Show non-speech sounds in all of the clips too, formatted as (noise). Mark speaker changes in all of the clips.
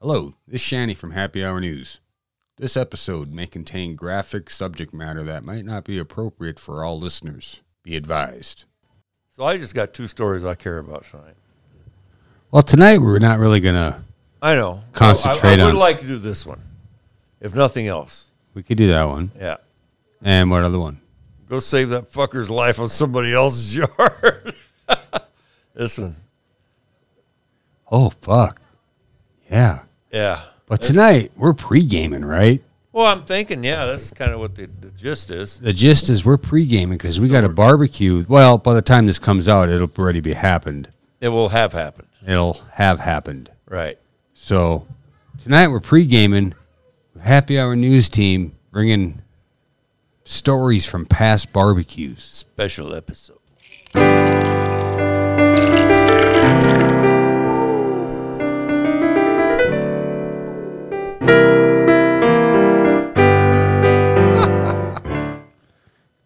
Speaker 1: Hello, this is Shanny from Happy Hour News. This episode may contain graphic subject matter that might not be appropriate for all listeners. Be advised.
Speaker 2: So I just got two stories I care about tonight.
Speaker 1: Well, tonight we're not really gonna.
Speaker 2: I know.
Speaker 1: Concentrate
Speaker 2: I, I would
Speaker 1: on-
Speaker 2: like to do this one, if nothing else.
Speaker 1: We could do that one.
Speaker 2: Yeah.
Speaker 1: And what other one?
Speaker 2: Go save that fucker's life on somebody else's (laughs) yard. this one.
Speaker 1: Oh fuck. Yeah.
Speaker 2: Yeah.
Speaker 1: But tonight we're pre-gaming, right?
Speaker 2: Well, I'm thinking, yeah, that's kind of what the, the gist is.
Speaker 1: The gist is we're pre-gaming because we got a barbecue. Well, by the time this comes out, it'll already be happened.
Speaker 2: It will have happened.
Speaker 1: It'll have happened.
Speaker 2: Right.
Speaker 1: So tonight we're pre-gaming with Happy Hour News Team bringing stories from past barbecues.
Speaker 2: Special episode.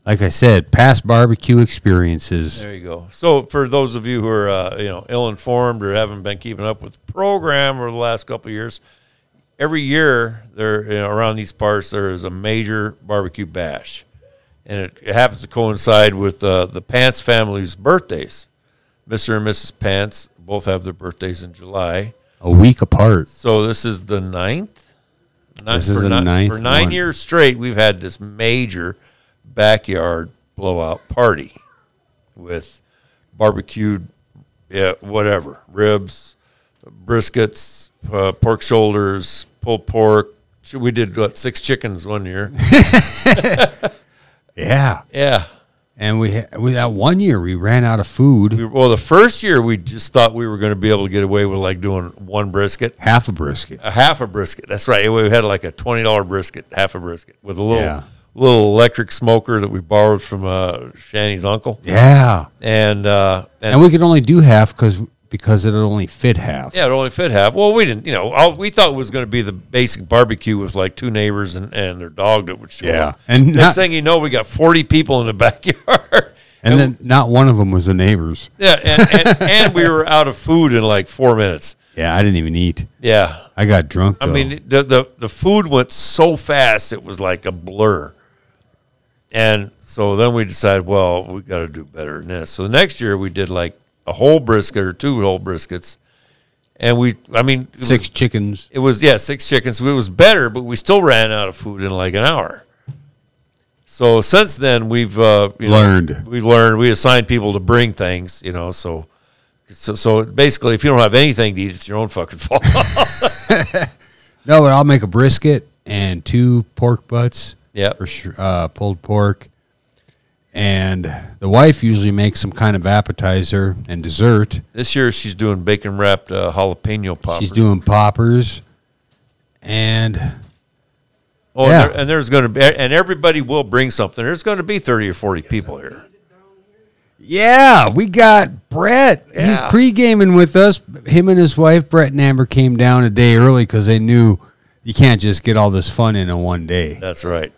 Speaker 1: Like I said, past barbecue experiences.
Speaker 2: There you go. So, for those of you who are, uh, you know, ill-informed or haven't been keeping up with the program over the last couple of years, every year there you know, around these parts there is a major barbecue bash, and it, it happens to coincide with uh, the Pants family's birthdays. Mister and Mrs. Pants both have their birthdays in July,
Speaker 1: A week apart.
Speaker 2: so this is the ninth. Nine-
Speaker 1: This is
Speaker 2: for
Speaker 1: the
Speaker 2: nine-
Speaker 1: ninth
Speaker 2: For nine
Speaker 1: one.
Speaker 2: years straight, we've had this major backyard blowout party with barbecued, yeah, whatever ribs, briskets, uh, pork shoulders, pulled pork. Sh- We did what six chickens
Speaker 1: (laughs)
Speaker 2: one year.
Speaker 1: Yeah.
Speaker 2: yeah.
Speaker 1: And we, ha- we that one year we ran out of food,
Speaker 2: We, well, the first year we just thought we were going to be able to get away with like doing one brisket,
Speaker 1: half a brisket.
Speaker 2: a half a brisket. That's right. We had like a twenty dollar brisket, half a brisket with a little
Speaker 1: Yeah.
Speaker 2: little electric smoker that we borrowed from uh, Shanny's uncle,
Speaker 1: Yeah.
Speaker 2: and uh, and
Speaker 1: And we could only do half because because it'll only fit half.
Speaker 2: Yeah, it only fit half. Well, we didn't, you know, all, we thought it was going to be the basic barbecue with like two neighbors and, and their dog that would show
Speaker 1: Yeah.
Speaker 2: up.
Speaker 1: And
Speaker 2: next
Speaker 1: not-
Speaker 2: thing you know, we got 40 people in the (laughs) backyard.
Speaker 1: And then not one of them was the neighbors.
Speaker 2: yeah, and, and, and we were out of food in like four minutes.
Speaker 1: Yeah, I didn't even eat.
Speaker 2: Yeah.
Speaker 1: I got drunk.
Speaker 2: I
Speaker 1: though.
Speaker 2: mean, the, the, the food went so fast, it was like a blur. And so then we decided, well, we got to do better than this. So the next year we did like a whole brisket or two whole briskets. And we, I mean, it was-
Speaker 1: six chickens.
Speaker 2: It was yeah, six chickens. It was better, but we still ran out of food in like an hour. So since then, we've uh, you know,
Speaker 1: Learned.
Speaker 2: we've learned. We assign people to bring things, you know. So, so, so basically, if you don't have anything to eat, it's your own fucking fault. (laughs)
Speaker 1: No, but I'll make a brisket and two pork butts
Speaker 2: yeah,
Speaker 1: for sh- uh, pulled pork. And the wife usually makes some kind of appetizer and dessert.
Speaker 2: this year she's doing bacon wrapped uh, jalapeno poppers.
Speaker 1: She's doing poppers. And
Speaker 2: Oh, and,
Speaker 1: yeah.
Speaker 2: there- and there's going to be, and everybody will bring something. There's going to be thirty or forty people here.
Speaker 1: yeah, we got Brett. He's
Speaker 2: Yeah.
Speaker 1: pre gaming with us. Him and his wife, Brett and Amber, came down a day early because they knew you can't just get all this fun in a one day.
Speaker 2: That's right.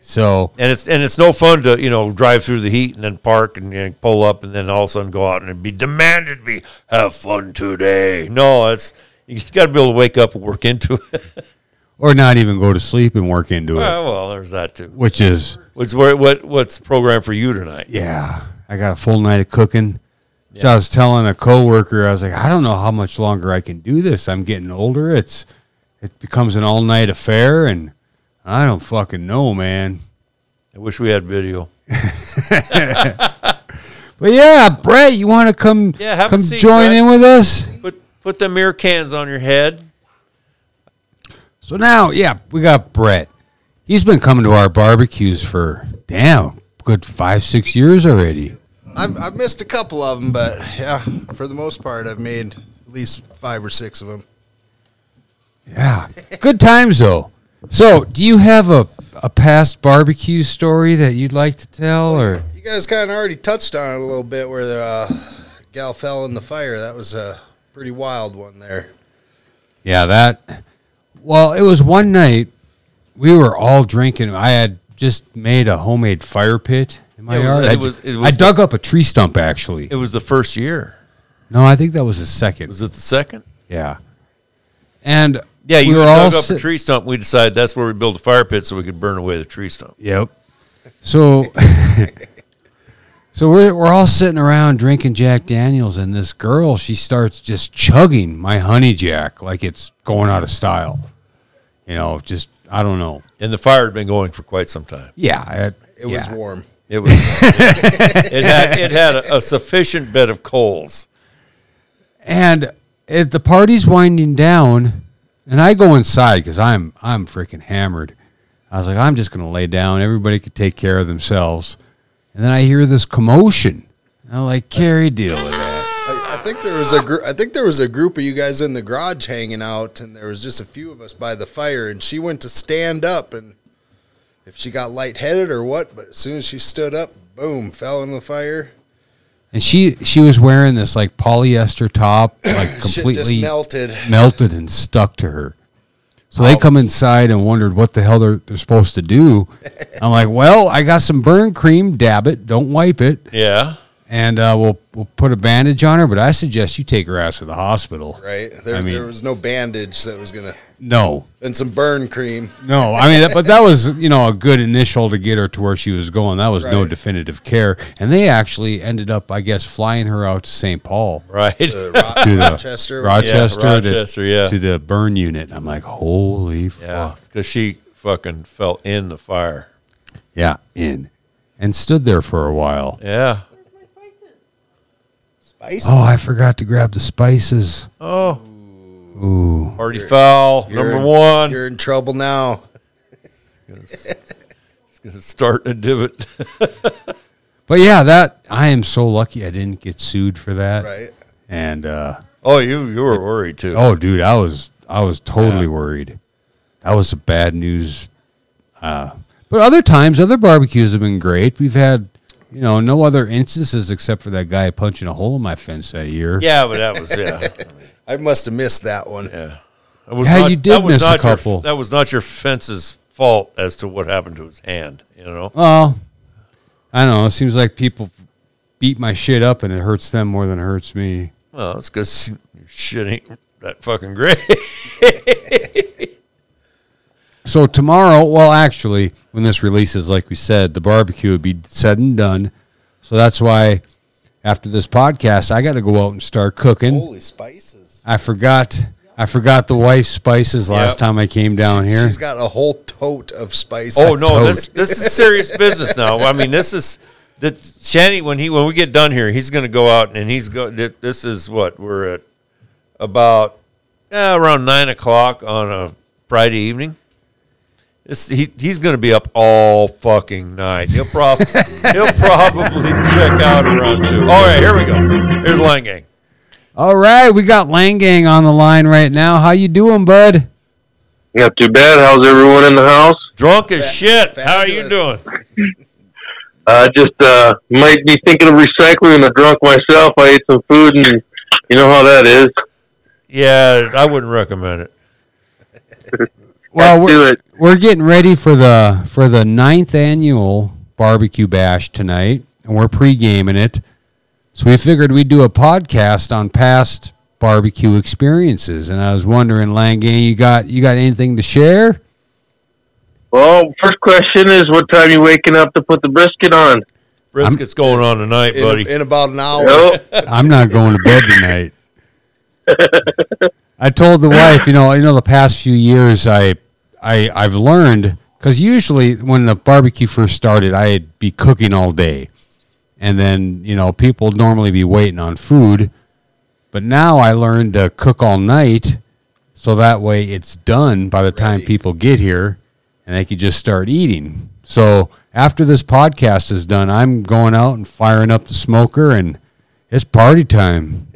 Speaker 1: So
Speaker 2: And it's and it's no fun to you know drive through the heat and then park and, and pull up and then all of a sudden go out and be demanded be have fun today. No, it's you got to be able to wake up and work into it. (laughs)
Speaker 1: or not even go to sleep and work into it,
Speaker 2: well, well, there's that too.
Speaker 1: which is
Speaker 2: What's where, what what's programmed for you tonight?
Speaker 1: yeah, I got a full night of cooking. So I was telling a coworker, I was like, I don't know how much longer I can do this. I'm getting older. It's it becomes an all night affair, and I don't fucking know, man.
Speaker 2: I wish we had video.
Speaker 1: But yeah, Brett, you want to come
Speaker 2: Yeah, have a
Speaker 1: come
Speaker 2: seat,
Speaker 1: join
Speaker 2: Brett.
Speaker 1: in with us?
Speaker 2: Put put the mirror cans on your head.
Speaker 1: So now, yeah, we got Brett. He's been coming to our barbecues for damn good five six years already.
Speaker 3: I've, I've missed a couple of them, but yeah, for the most part, I've made at least five or six of them.
Speaker 1: Yeah. Good times though. So, do you have a a past barbecue story that you'd like to tell or
Speaker 3: You guys kind of already touched on it a little bit where the uh, gal fell in the fire. That was a pretty wild one there.
Speaker 1: Yeah, that Well, it was one night we were all drinking. I had just made a homemade fire pit in my
Speaker 2: It was-
Speaker 1: yard.
Speaker 2: it
Speaker 1: I,
Speaker 2: was-
Speaker 1: ju-
Speaker 2: it was
Speaker 1: I
Speaker 2: the-
Speaker 1: dug up a tree stump actually.
Speaker 2: It was the first year.
Speaker 1: no, I think that was the second.
Speaker 2: Was it the second?
Speaker 1: yeah. And
Speaker 2: Yeah, you
Speaker 1: We were all
Speaker 2: dug up a
Speaker 1: sit-
Speaker 2: tree stump. We decided that's where we build a fire pit so we could burn away the tree stump.
Speaker 1: Yep. So, (laughs) so we're we're all sitting around drinking Jack Daniels, and this girl she starts just chugging my honey Jack like it's going out of style. You know, just I don't know.
Speaker 2: And the fire had been going for quite some time.
Speaker 1: Yeah, it,
Speaker 3: It was
Speaker 1: yeah.
Speaker 3: warm.
Speaker 1: (laughs)
Speaker 2: It was. it had it had a, a sufficient bed of coals.
Speaker 1: And it, the party's winding down, and I go inside because I'm I'm freaking hammered. I was like, I'm just gonna lay down. Everybody could take care of themselves. And then I hear this commotion. And I'm like, Carrie, deal with that.
Speaker 3: I, I think there was a gr- I think there was a group of you guys in the garage hanging out, and there was just a few of us by the fire. And she went to stand up, and if she got lightheaded or what, but as soon as she stood up, boom, fell in the fire.
Speaker 1: And she she was wearing this like polyester
Speaker 3: (coughs)
Speaker 1: top, like
Speaker 3: Shit just
Speaker 1: completely
Speaker 3: melted.
Speaker 1: melted and stuck to her. So they come inside and wondered what the hell they're, they're supposed to
Speaker 3: (laughs)
Speaker 1: do. I'm like, well, I got some burn cream. Dab it. Don't wipe it.
Speaker 2: Yeah.
Speaker 1: and uh, we'll we'll put a bandage on her. But I suggest you take her ass to the hospital.
Speaker 3: Right there,
Speaker 1: I mean-
Speaker 3: there was no bandage that was gonna,
Speaker 1: No,
Speaker 3: and some burn cream.
Speaker 1: no. I mean, that, but that was you know a good initial to get her to where she was going. That was no
Speaker 3: Right.
Speaker 1: definitive care, and they actually ended up, I guess, flying her out to St. Paul,
Speaker 2: Right.
Speaker 3: The Ro-
Speaker 1: To the
Speaker 3: Rochester.
Speaker 1: Uh, Rochester, to-
Speaker 2: Rochester, yeah.
Speaker 1: to the burn unit. I'm like, holy
Speaker 2: Yeah.
Speaker 1: fuck,
Speaker 2: Because she fucking fell in the fire.
Speaker 1: yeah, in, and stood there for a while.
Speaker 2: Yeah.
Speaker 4: Where's my spices?
Speaker 3: Spice.
Speaker 1: Oh, I forgot to grab the spices.
Speaker 2: Oh,
Speaker 1: Ooh,
Speaker 2: party foul
Speaker 3: You're
Speaker 2: number
Speaker 3: in-
Speaker 2: one.
Speaker 3: You're in trouble now.
Speaker 2: It's gonna start in a divot.
Speaker 1: but yeah, that I am so lucky I didn't get sued for that.
Speaker 3: Right.
Speaker 1: And uh,
Speaker 2: (laughs) oh, you you were worried too.
Speaker 1: Oh, dude, I was I was totally
Speaker 2: Yeah.
Speaker 1: worried. That was a bad news. Uh, but other times, other barbecues have been great. We've had, you know, no other instances except for that guy punching a hole in my fence that year.
Speaker 2: Yeah, but that was yeah.
Speaker 3: I must have missed that one.
Speaker 2: Yeah. That was
Speaker 1: Yeah, you did
Speaker 2: that was
Speaker 1: miss a
Speaker 2: not your-
Speaker 1: couple.
Speaker 2: that was not your fence's fault as to what happened to his hand, you know?
Speaker 1: Well, I don't know. It seems like people beat my shit up, and it hurts them more than it hurts me.
Speaker 2: Well, it's because your shit ain't that fucking great.
Speaker 1: So tomorrow, well, actually, when this releases, like we said, the barbecue would be said and done. So that's why after this podcast, I got to go out and start cooking.
Speaker 3: Holy spices.
Speaker 1: I forgot. I forgot the wife's spices last
Speaker 2: Yep.
Speaker 1: time I came down here.
Speaker 3: She's got a whole tote of spices.
Speaker 2: oh no,
Speaker 1: total.
Speaker 2: this this is serious business now. I mean, this is that Shanny when he when we get done here, he's gonna go out and he's go. thi- This is what we're at about eh, around nine o'clock on a Friday evening. This, he, he's going to be up all fucking night. He'll, prob- (laughs) he'll probably check out around two. All right, here we go. Here's Line Gang.
Speaker 1: All right, we got Langang on the line right now. How you doing, bud?
Speaker 5: Not too bad. How's everyone in the house?
Speaker 2: Drunk as shit. How are you doing?
Speaker 3: fabulous.
Speaker 5: I just uh, might be thinking of recycling. I drunk myself. I ate some food, and you know how that is.
Speaker 2: Yeah, I wouldn't recommend it.
Speaker 1: Well,
Speaker 5: do
Speaker 1: we're,
Speaker 5: it.
Speaker 1: we're getting ready for the for the ninth annual barbecue bash tonight, and we're pre-gaming it. So we figured we'd do a podcast on past barbecue experiences. And I was wondering, Langang, you got you got anything to share?
Speaker 5: Well, first question is, what time you waking up to put the brisket on?
Speaker 1: (laughs)
Speaker 2: Brisket's going on tonight,
Speaker 3: In,
Speaker 2: buddy.
Speaker 3: in about an hour.
Speaker 5: Oh,
Speaker 1: I'm not going to bed tonight. I told the wife, you know, you know, the past few years, I, I, I've learned because usually when the barbecue first started, I'd be cooking all day, and then you know people would normally be waiting on food, but now I learned to cook all night, so that way it's done by the time
Speaker 3: Ready.
Speaker 1: people get here, and they could just start eating. So after this podcast is done, I'm going out and firing up the smoker, and it's party time.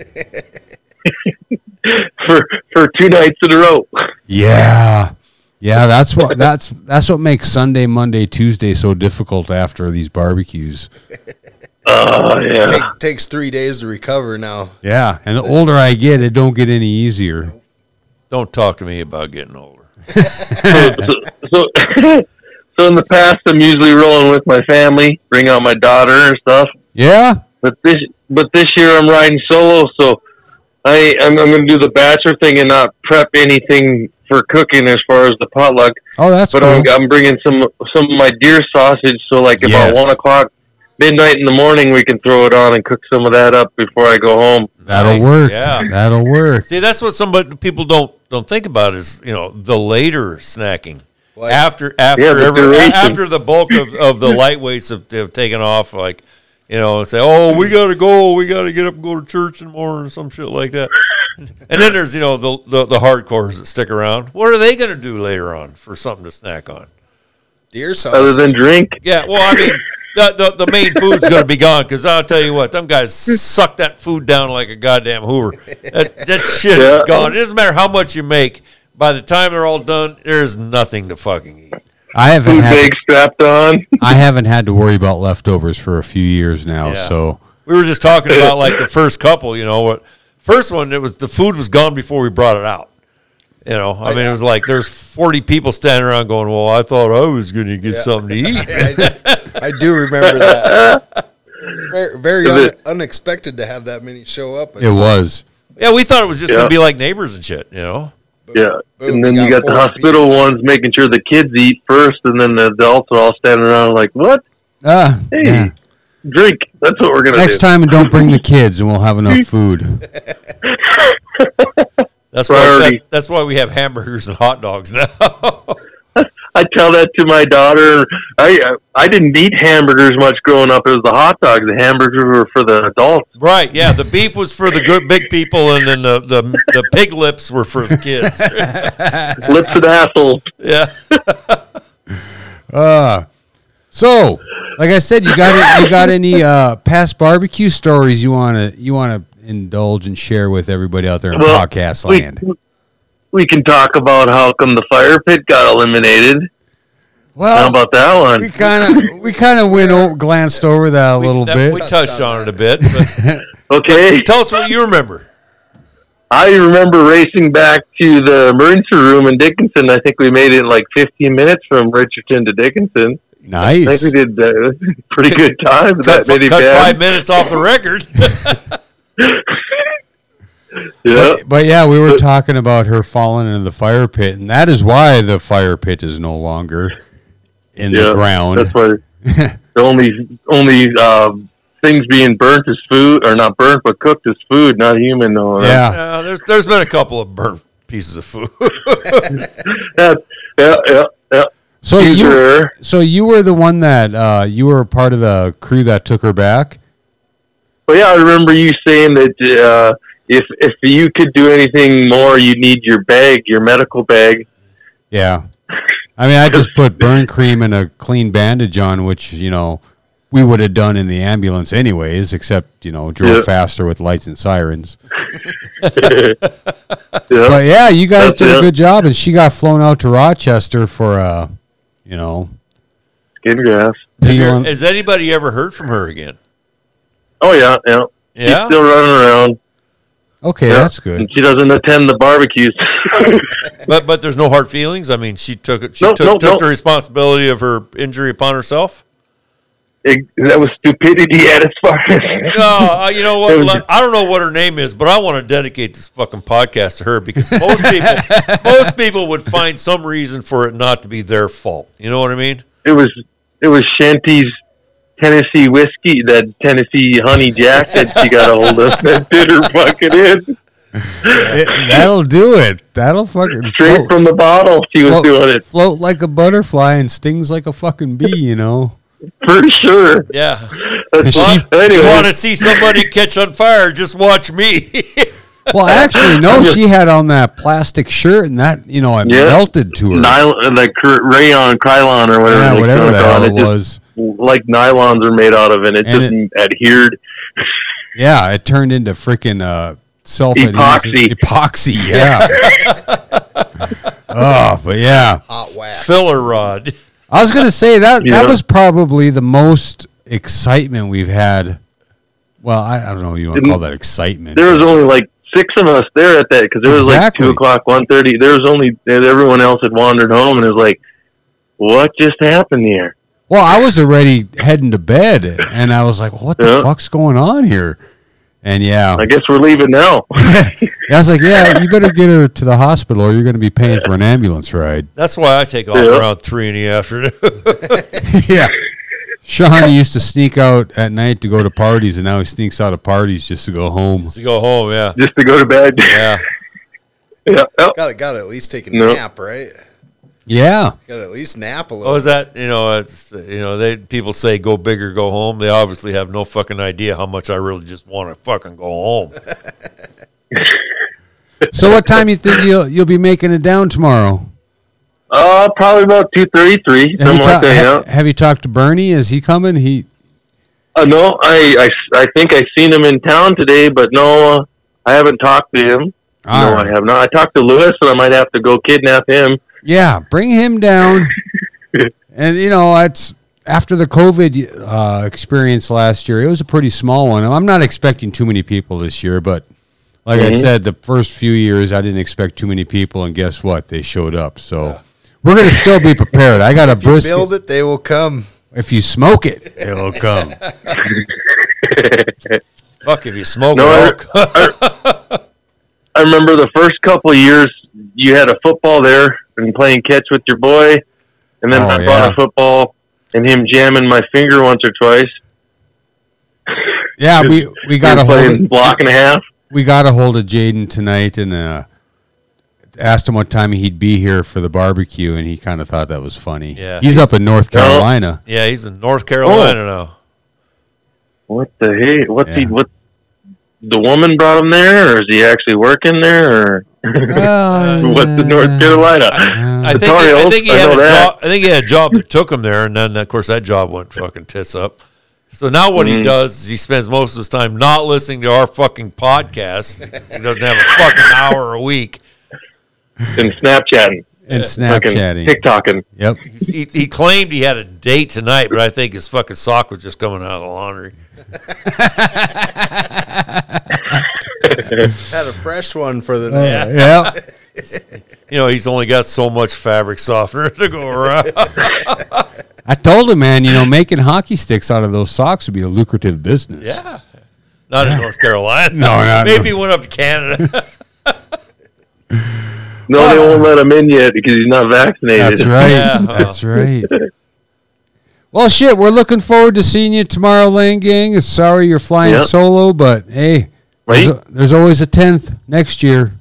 Speaker 5: for for two nights in a row.
Speaker 1: Yeah. Yeah, that's what that's that's what makes Sunday, Monday, Tuesday so difficult after these barbecues.
Speaker 5: Oh yeah.
Speaker 3: Take, takes three days to recover now.
Speaker 1: Yeah, and the older I get, it don't get any easier.
Speaker 2: Don't talk to me about getting older.
Speaker 5: (laughs) So (laughs) so in the past, I'm usually rolling with my family, bring out my daughter and stuff.
Speaker 1: Yeah,
Speaker 5: But this but this year I'm riding solo, so I I'm, I'm going to do the bachelor thing and not prep anything for cooking as far as the potluck.
Speaker 1: Oh, that's
Speaker 5: but
Speaker 1: cool.
Speaker 5: I'm, I'm bringing some some of my deer sausage. So like about
Speaker 1: Yes.
Speaker 5: one o'clock, midnight in the morning, we can throw it on and cook some of that up before I go home.
Speaker 1: That'll
Speaker 2: Nice,
Speaker 1: work.
Speaker 2: yeah.
Speaker 1: That'll work.
Speaker 2: See, that's what some but people don't don't think about is you know the later snacking
Speaker 3: Like-
Speaker 2: after after
Speaker 5: Yeah, the
Speaker 2: every,
Speaker 5: duration.
Speaker 2: after the bulk of, of
Speaker 5: (laughs)
Speaker 2: the lightweights have, have taken off like you know and say oh we gotta go we gotta get up and go to church in the morning or some shit
Speaker 5: (laughs)
Speaker 2: like that and then there's you know the, the the hardcores that stick around what are they gonna do later on for something to snack on
Speaker 3: Deer
Speaker 5: Other
Speaker 3: (laughs) sausage.
Speaker 5: than drink,
Speaker 2: yeah well I mean the the, the main food's gonna be gone because I'll tell you what them guys suck that food down like a goddamn Hoover that, that shit
Speaker 5: Yeah.
Speaker 2: is gone it doesn't matter how much you make by the time they're all done there's nothing to fucking eat
Speaker 1: I haven't
Speaker 5: food
Speaker 1: had,
Speaker 5: bag strapped on.
Speaker 1: I haven't had to worry about leftovers for a few years now.
Speaker 2: Yeah.
Speaker 1: So
Speaker 2: We were just talking about like the first couple, you know, what first one it was the food was gone before we brought it out. You know, I mean, it was like there's 40 people standing around going, "Well, I thought I was going to get something to
Speaker 5: (laughs)
Speaker 2: eat."
Speaker 3: I do remember that. It was very very un- unexpected to have that many show up.
Speaker 1: it was.
Speaker 2: yeah, we thought it was just
Speaker 5: Yeah.
Speaker 2: going to be like neighbors and shit. You know,
Speaker 5: (laughs) Yeah,
Speaker 3: Boom,
Speaker 5: and then
Speaker 3: we
Speaker 5: you
Speaker 3: got
Speaker 5: got the
Speaker 3: four
Speaker 5: hospital ones making sure the kids eat first, and then the adults are all standing around like, "What?
Speaker 1: Ah,
Speaker 5: Hey,
Speaker 1: yeah.
Speaker 5: drink? That's what we're gonna
Speaker 1: Next
Speaker 5: do."
Speaker 1: time, don't bring the kids, and we'll have enough food.
Speaker 2: that's why
Speaker 5: Priority.
Speaker 2: that- that's why we have hamburgers and hot dogs now. (laughs)
Speaker 5: I tell that to my daughter. I I didn't eat hamburgers much growing up. It was the hot dogs. The hamburgers were for the
Speaker 2: (laughs)
Speaker 5: adults.
Speaker 2: right? Yeah, the beef was for the good big people, and then the the, the pig lips were for
Speaker 1: (laughs)
Speaker 2: the kids.
Speaker 5: Lips and assholes.
Speaker 2: yeah,
Speaker 1: Uh, So, like I said, you got it. You got any uh, past barbecue stories you wanna you wanna indulge and share with everybody out there in
Speaker 5: Well,
Speaker 1: podcast
Speaker 5: we-
Speaker 1: land?
Speaker 5: We can talk about how come the fire pit got eliminated. How
Speaker 1: well,
Speaker 5: about that one?
Speaker 1: we kind of we kind of went o- glanced over that a little
Speaker 2: That-
Speaker 1: bit.
Speaker 2: We touched on it a bit. But
Speaker 5: Okay.
Speaker 2: tell us what you remember.
Speaker 5: I remember racing back to the emergency room in Dickinson. I think we made it in like 15 minutes from Richardson to Dickinson. I
Speaker 1: (laughs) nice.
Speaker 5: think we did uh, (laughs) pretty good time.
Speaker 2: Cut,
Speaker 5: that many
Speaker 2: cut
Speaker 5: bad.
Speaker 2: five minutes off the record.
Speaker 5: Yeah.
Speaker 1: But, but yeah, we were talking about her falling into the fire pit, and that is why the fire pit is no longer in the
Speaker 5: Yeah,
Speaker 1: ground.
Speaker 5: That's
Speaker 1: (laughs)
Speaker 5: why the only only um, things being burnt is food, or not burnt but cooked is food, not human. Though. right?
Speaker 1: yeah,
Speaker 2: (laughs) Uh, there's there's been a couple of burnt pieces of
Speaker 1: (laughs)
Speaker 2: food.
Speaker 5: yeah, yeah, yeah. yeah.
Speaker 1: So you,
Speaker 5: Sure.
Speaker 1: so you were the one that uh, you were a part of the crew that took her back.
Speaker 5: But yeah, I remember you saying that uh, if if you could do anything more, you need your bag, your medical
Speaker 1: (laughs)
Speaker 5: bag. (laughs)
Speaker 1: Yeah, I mean, I just put burn cream and a clean bandage on, which you know we would have done in the ambulance anyways, except you know drove
Speaker 5: Yeah.
Speaker 1: faster with lights and sirens.
Speaker 5: Yeah.
Speaker 1: But yeah, you guys
Speaker 5: That's
Speaker 1: did a
Speaker 5: it.
Speaker 1: good job, and she got flown out to Rochester for uh, you know.
Speaker 5: Skin grass.
Speaker 2: Have
Speaker 1: being
Speaker 2: you-
Speaker 1: on-
Speaker 2: has anybody ever heard from her again?
Speaker 5: Oh yeah, yeah. She's
Speaker 2: Yeah,
Speaker 5: still running around,
Speaker 1: Okay,
Speaker 5: Yeah.
Speaker 1: that's good.
Speaker 5: and she doesn't attend the barbecues. (laughs)
Speaker 2: but but there's no hard feelings. I mean, she took it. She
Speaker 5: No,
Speaker 2: took,
Speaker 5: no,
Speaker 2: took
Speaker 5: no.
Speaker 2: the responsibility of her injury upon herself.
Speaker 5: It- that was stupidity at its (laughs) finest.
Speaker 1: (laughs)
Speaker 2: No, uh, you know what?
Speaker 5: It was-
Speaker 2: Lo- I don't know what her name is, but I want to dedicate this fucking podcast to her because most
Speaker 5: (laughs)
Speaker 2: people most people would find some reason for it not to be their fault. You know what I mean?
Speaker 5: It was it was Shanty's Tennessee whiskey, that Tennessee honey jack that she got a hold
Speaker 1: (laughs)
Speaker 5: of that did her fucking in.
Speaker 1: It- that'll do it. That'll fucking
Speaker 5: Straight
Speaker 1: float,
Speaker 5: from the bottle she was
Speaker 1: Oh. Well-
Speaker 5: doing it.
Speaker 1: float like a butterfly and stings like a fucking bee. You
Speaker 5: (laughs)
Speaker 1: know.
Speaker 5: For sure.
Speaker 2: Yeah.
Speaker 5: That's
Speaker 1: She-
Speaker 5: not-
Speaker 2: You
Speaker 5: anyway,
Speaker 2: want to see somebody catch on fire? Just watch me. (laughs)
Speaker 1: Well, actually, no. She had on that plastic shirt, and that you know it
Speaker 5: Yeah.
Speaker 1: melted to her.
Speaker 5: nylon, like cr- rayon, Krylon, or whatever.
Speaker 1: yeah,
Speaker 5: they call
Speaker 1: whatever the
Speaker 5: it,
Speaker 1: hell it
Speaker 5: it just-
Speaker 1: was.
Speaker 5: like nylons are made out of, and it
Speaker 1: And
Speaker 5: just adhered.
Speaker 1: Yeah, it turned into freaking uh, self
Speaker 5: Epoxy.
Speaker 1: Epoxy, yeah. (laughs) oh, but yeah,
Speaker 3: Hot wax.
Speaker 2: Filler rod.
Speaker 1: I was gonna say that that
Speaker 5: Yeah.
Speaker 1: was probably the most excitement we've had. Well, I, I don't know. What you want to
Speaker 5: Didn't-
Speaker 1: call that excitement?
Speaker 5: There was only like six of us there at that because it was like
Speaker 1: Exactly.
Speaker 5: two o'clock, one thirty. There was only and everyone else had wandered home, and it was like, what just happened here?
Speaker 1: Well, I was already heading to bed, and I was like, "What the
Speaker 5: Yeah.
Speaker 1: fuck's going on here?" And yeah,
Speaker 5: I guess we're leaving now. (laughs)
Speaker 1: I was like, (laughs) yeah, you better get her to the hospital or you're going to be paying for an ambulance ride.
Speaker 2: That's why I take off
Speaker 5: Yeah.
Speaker 2: around three in the afternoon. (laughs)
Speaker 1: yeah. Sean used to sneak out at night to go to parties, and now he sneaks out of parties just to go home.
Speaker 2: to go home. Yeah,
Speaker 5: Just to go to bed.
Speaker 2: yeah.
Speaker 5: yeah. Oh,
Speaker 3: Got to got to at least take a
Speaker 5: No.
Speaker 3: nap, right?
Speaker 1: Yeah.
Speaker 3: Got to at least nap a little.
Speaker 2: Oh, is that you know? It's you know they people say go big or go home. They obviously have no fucking idea how much I really just want to fucking go home.
Speaker 1: So what time you think you'll you'll be making it down tomorw?
Speaker 5: uh, probably about two thirty three,
Speaker 1: Have you,
Speaker 5: something like
Speaker 1: ta-
Speaker 5: that. Yeah.
Speaker 1: ha- have you talked to Bernie? Is he coming? He
Speaker 5: Uh, no, I, I, I think I seen him in town today, but no, uh, I haven't talked to him.
Speaker 1: All
Speaker 5: no,
Speaker 1: right.
Speaker 5: I have not. I talked to Lewis, and I might have to go kidnap him. (laughs)
Speaker 1: Yeah, bring him down. and you know, it's after the COVID uh, experience last year. It was a pretty small one. I'm not expecting too many people this year, but like I
Speaker 5: Mhm.
Speaker 1: said, the first few years I didn't expect too many people, and guess what? They showed up. So we're gonna still be prepared. I got a
Speaker 3: if you build
Speaker 1: brisket.
Speaker 3: it, they will come.
Speaker 1: If you smoke it, it'll come.
Speaker 2: Fuck if you smoke.
Speaker 5: No,
Speaker 2: No,
Speaker 5: I- I remember the first couple of years you had a football there and playing catch with your boy, and then
Speaker 1: Oh,
Speaker 5: I
Speaker 1: yeah.
Speaker 5: bought a football and him jamming my finger once or twice.
Speaker 1: Yeah, we we got
Speaker 5: He
Speaker 1: a
Speaker 5: was (laughs)
Speaker 1: hold.
Speaker 5: playing block and a half.
Speaker 1: we got a hold of Jaden tonight and uh, asked him what time he'd be here for the barbecue, and he kind of thought that was funny.
Speaker 2: Yeah.
Speaker 1: he's up in North
Speaker 5: No.
Speaker 1: Carolina.
Speaker 2: (laughs) yeah, he's in North Carolina
Speaker 5: Oh.
Speaker 2: now.
Speaker 5: What the hey? What's he?
Speaker 1: Yeah.
Speaker 5: What? The woman brought him there, or is he actually working there, or (laughs)
Speaker 1: Oh,
Speaker 5: what's the North Carolina?
Speaker 2: I
Speaker 1: Uh,
Speaker 2: think, I
Speaker 5: Tutorials,
Speaker 2: think
Speaker 5: (laughs)
Speaker 2: he
Speaker 5: I
Speaker 2: had
Speaker 5: know
Speaker 2: a
Speaker 5: that.
Speaker 2: job. I think he had a job that took him there, and then of course that job went fucking tits up. So now what he
Speaker 5: Mhm.
Speaker 2: does is he spends most of his time not listening to our fucking podcast. he doesn't have a fucking hour a week.
Speaker 5: And Snapchatting,
Speaker 1: and
Speaker 5: fucking
Speaker 1: Snapchatting.
Speaker 5: TikToking.
Speaker 1: Yep.
Speaker 2: He's- He, he claimed he had a date tonight, but I think his fucking sock was just coming out of the laundry.
Speaker 3: Had a fresh one for the
Speaker 1: Uh,
Speaker 3: night.
Speaker 1: yeah.
Speaker 2: You know, he's only got so much fabric softener (laughs) to go around.
Speaker 1: I told him, man, you know, making hockey sticks out of those socks would be a lucrative business.
Speaker 2: yeah. Not in North Carolina.
Speaker 1: No, not-
Speaker 2: Maybe he went up to Canada.
Speaker 5: No, they won't let him in yet because he's not vaccinated.
Speaker 1: Uh. That's right.
Speaker 2: Yeah.
Speaker 1: That's right. Well, shit, we're looking forward to seeing you tomorrow, Lane Gang. Sorry you're flying
Speaker 5: Yep.
Speaker 1: solo, but hey,
Speaker 5: (laughs) Right?
Speaker 1: there's, a- there's always a 10th next year,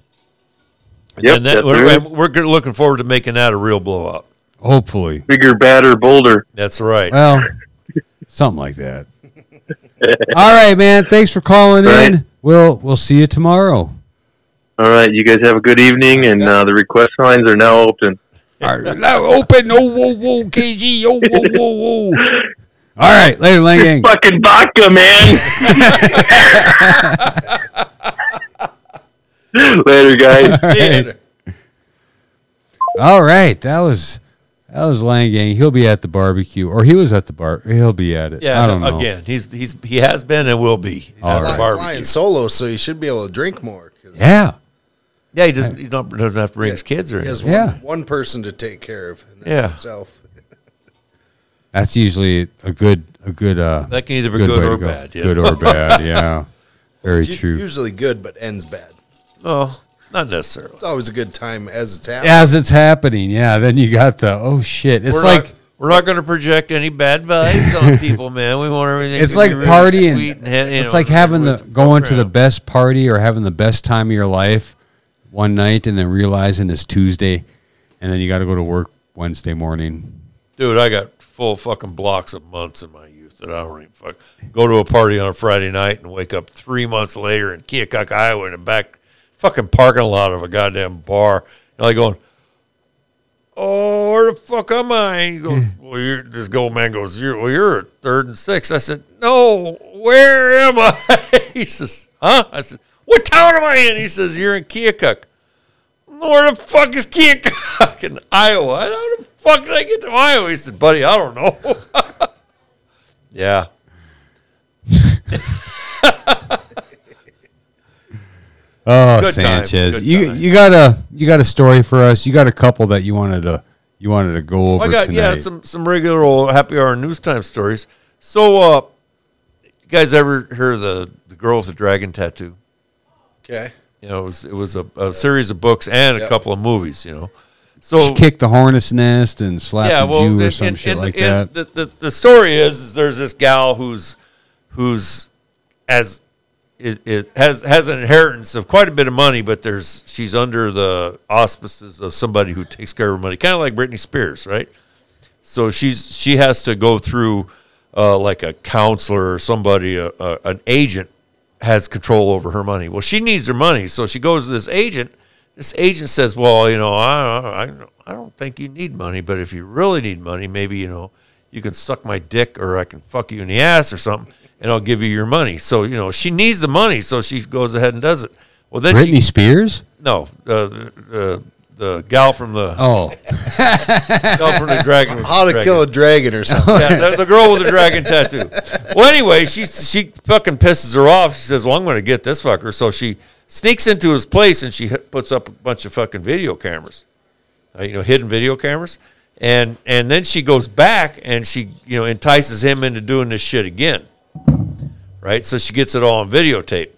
Speaker 5: Yep,
Speaker 2: and that,
Speaker 5: that's
Speaker 2: we're,
Speaker 5: right.
Speaker 2: we're good- looking forward to making that a real blow up.
Speaker 1: hopefully.
Speaker 5: Bigger, badder, bolder.
Speaker 2: That's right.
Speaker 1: Well, something like that. All right, man. Thanks for calling
Speaker 5: Right.
Speaker 1: in. We'll we'll see you tomorrow.
Speaker 5: All right, you guys have a good evening, and uh, the request lines are now open.
Speaker 1: now open. Oh, whoa, whoa, KG. Oh, whoa, whoa, whoa. All right, later, Lang Gang.
Speaker 5: Fucking vodka,
Speaker 1: (laughs)
Speaker 5: man. (laughs) Later, guys.
Speaker 1: (laughs) All right. All right, that was that was Lang Gang. He'll be at the barbecue, or he was at the bar. He'll be at it.
Speaker 2: Yeah,
Speaker 1: I don't know.
Speaker 2: again, he's he's he has been and will be. He's
Speaker 1: All
Speaker 2: at the
Speaker 1: right.
Speaker 3: Fly-
Speaker 2: barbecue.
Speaker 3: Flying solo, so you should be able to drink more. 'cause
Speaker 1: Yeah,
Speaker 2: Yeah, he doesn't he don't, doesn't have to bring his kids or
Speaker 3: He has
Speaker 2: anything.
Speaker 3: one,
Speaker 1: Yeah.
Speaker 3: one person to take care of. And that's
Speaker 2: Yeah.
Speaker 3: Himself.
Speaker 1: that's usually a good a good uh
Speaker 2: That can either be
Speaker 1: good,
Speaker 2: good,
Speaker 1: way
Speaker 2: or
Speaker 1: to go.
Speaker 2: bad. Yeah.
Speaker 1: Good or bad.
Speaker 2: (laughs)
Speaker 1: Yeah, very
Speaker 3: It's u-
Speaker 1: true.
Speaker 3: Usually good, but ends bad.
Speaker 2: no, not necessarily.
Speaker 3: It's always a good time as it's happening.
Speaker 1: as it's happening. Yeah, then you got the oh shit. It's
Speaker 2: we're
Speaker 1: like
Speaker 2: not, we're not going to project any bad
Speaker 1: (laughs)
Speaker 2: vibes on people, man. We want everything.
Speaker 1: It's
Speaker 2: to
Speaker 1: like
Speaker 2: be really
Speaker 1: partying.
Speaker 2: sweet and ha- you
Speaker 1: it's
Speaker 2: know,
Speaker 1: like having the
Speaker 2: with
Speaker 1: going to the
Speaker 2: program.
Speaker 1: best party or having the best time of your life one night and then realizing it's Tuesday and then you got to go to work Wednesday morning.
Speaker 2: dude. I got full fucking blocks of months in my youth that I don't even fuck. Go to a party on a Friday night and wake up three months later in Keokuk, Iowa, in the back fucking parking lot of a goddamn bar. And I going. Oh, where the fuck am I? He goes, Well, you're, this gold man goes, you're, Well, you're at third and sixth. I said, No, where am I? (laughs) he says, Huh? I said, What town am I in? He says, You're in Keokuk. Where the fuck is Keokuk in Iowa? I said, How the fuck did I get to Iowa? He said, Buddy, I don't know. (laughs) yeah.
Speaker 1: Oh,
Speaker 2: Good times,
Speaker 1: Sanchez,
Speaker 2: good
Speaker 1: you
Speaker 2: times.
Speaker 1: you got a you got a story for us. You got a couple that you wanted to you wanted to go over
Speaker 2: I got
Speaker 1: tonight.
Speaker 2: yeah some some regular old happy hour news time stories. So uh, You guys ever hear of the the girl with the dragon tattoo?
Speaker 3: Okay.
Speaker 2: You know, it was it was a, a series of books and a
Speaker 3: Yep.
Speaker 2: couple of movies. You know,
Speaker 1: She
Speaker 2: so
Speaker 1: kicked the hornet's nest and slapped a Jew or
Speaker 2: and-
Speaker 1: some
Speaker 2: and-
Speaker 1: shit
Speaker 2: and-
Speaker 1: like
Speaker 2: and
Speaker 1: that.
Speaker 2: The, the, the story is, is there's this gal who's who's as is, is has has an inheritance of quite a bit of money, but there's she's under the auspices of somebody who takes care of her money, kind of like Britney Spears, right? So she's she has to go through uh, like a counselor or somebody, a, a, an agent has control over her money. Well, she needs her money, so she goes to this agent. This agent says, "Well, you know, I I, I don't think you need money, but if you really need money, maybe you know you can suck my dick or I can fuck you in the ass or something, and I'll give you your money." So you know she needs the money, so she goes ahead and does it. Well, then
Speaker 1: Britney
Speaker 2: she
Speaker 1: Spears?
Speaker 2: no uh, the, the the gal from the
Speaker 1: (laughs) Oh,
Speaker 2: gal from the
Speaker 3: (laughs)
Speaker 2: dragon with
Speaker 3: How to
Speaker 2: the dragon.
Speaker 3: kill a dragon or something. (laughs)
Speaker 2: yeah, there's a girl with a dragon tattoo. Well, anyway, she she fucking pisses her off. She says, "Well, I'm going to get this fucker." So she sneaks into his place and she hit- puts up a bunch of fucking video cameras, uh, you know, hidden video cameras, and and then she goes back and she you know entices him into doing this shit again, right? So she gets it all on videotape.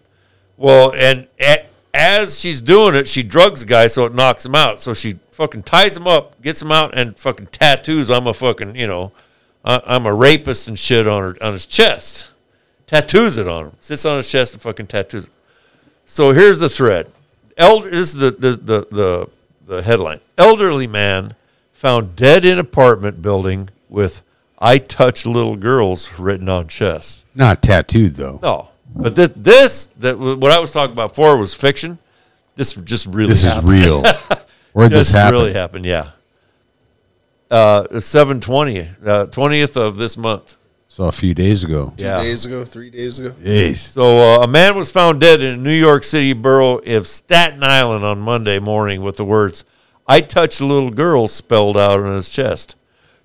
Speaker 2: Well, and at, as she's doing it, she drugs the guy so it knocks him out. So she fucking ties him up, gets him out, and fucking tattoos. I'm a fucking you know, I, I'm a rapist and shit on her on his chest. Tattoos it on him. Sits on his chest and fucking tattoos. It. So here's the thread. Elder this is the the the the, the headline. Elderly man found dead in apartment building with "I touch little girls" written on chest.
Speaker 1: not tattooed though.
Speaker 2: No, but this this that what I was talking about before was fiction. This just really
Speaker 1: This is (laughs)
Speaker 2: happened.
Speaker 1: real. Where'd this
Speaker 2: This
Speaker 1: happen?
Speaker 2: really happened. Yeah. Uh, seven twenty, uh, twentieth of this month.
Speaker 1: So a few days ago.
Speaker 3: Two
Speaker 2: Yeah.
Speaker 3: days ago, three days ago.
Speaker 1: Jeez.
Speaker 2: So uh, a man was found dead in a New York City borough of Staten Island on Monday morning with the words "I touched a little girl" spelled out on his chest.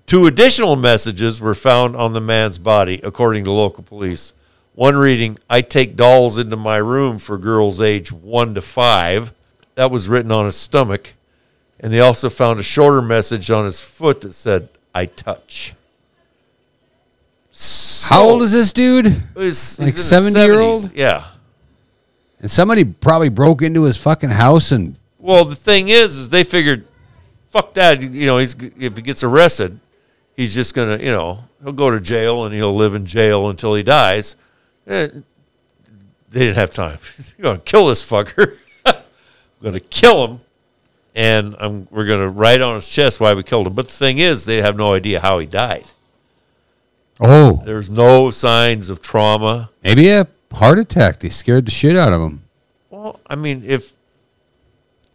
Speaker 2: Two additional messages were found on the man's body, according to local police. One reading, I take dolls into my room for girls age one to five. That was written on his stomach. And they also found a shorter message on his foot that said, I touch.
Speaker 1: How old is this dude?
Speaker 2: It was-
Speaker 1: Like
Speaker 2: he's in his
Speaker 1: 70-year-old?
Speaker 2: 70s. Yeah.
Speaker 1: And somebody probably broke into his fucking house and
Speaker 2: Well, the thing is, is they figured, fuck that. You know, he's if he gets arrested, he's just gonna, you know, he'll go to jail and he'll live in jail until he dies. Eh, they didn't have time. (laughs) You're gonna kill this fucker. (laughs) I'm gonna kill him, and I'm we're gonna write on his chest why we killed him. But the thing is, they have no idea how he died.
Speaker 1: oh,
Speaker 2: There's no signs of trauma.
Speaker 1: maybe a heart attack. They scared the shit out of him.
Speaker 2: Well, I mean, if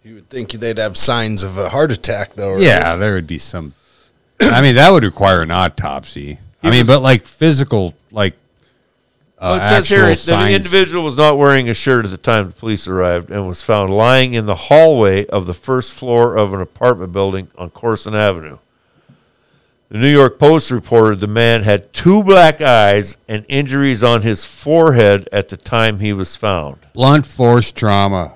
Speaker 3: You would think they'd have signs of a heart attack, though. right?
Speaker 1: Yeah, there would be some. I mean, that would require an autopsy. I mean, but like physical, like
Speaker 2: Well,
Speaker 1: uh,
Speaker 2: it says
Speaker 1: actual
Speaker 2: here that the
Speaker 1: signs.
Speaker 2: individual was not wearing a shirt at the time the police arrived and was found lying in the hallway of the first floor of an apartment building on Corson Avenue. The New York Post reported the man had two black eyes and injuries on his forehead at the time he was found.
Speaker 1: blunt force trauma.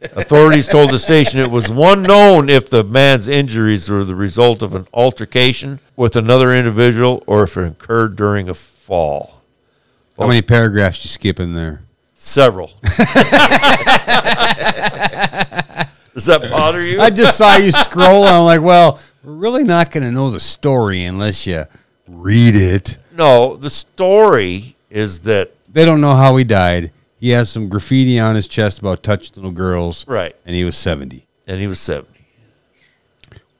Speaker 2: Authorities told the station it was unknown if the man's injuries were the result of an altercation with another individual or if it occurred during a fall.
Speaker 1: How many paragraphs you skip in there?
Speaker 2: (laughs) Several. Does that bother you?
Speaker 1: I just saw you scroll. and I'm like, well, we're really not going to know the story unless you read it.
Speaker 2: no, the story is that
Speaker 1: They don't know how he died. He has some graffiti on his chest about touched little girls,
Speaker 2: right,
Speaker 1: and he was 70.
Speaker 2: and he was seventy.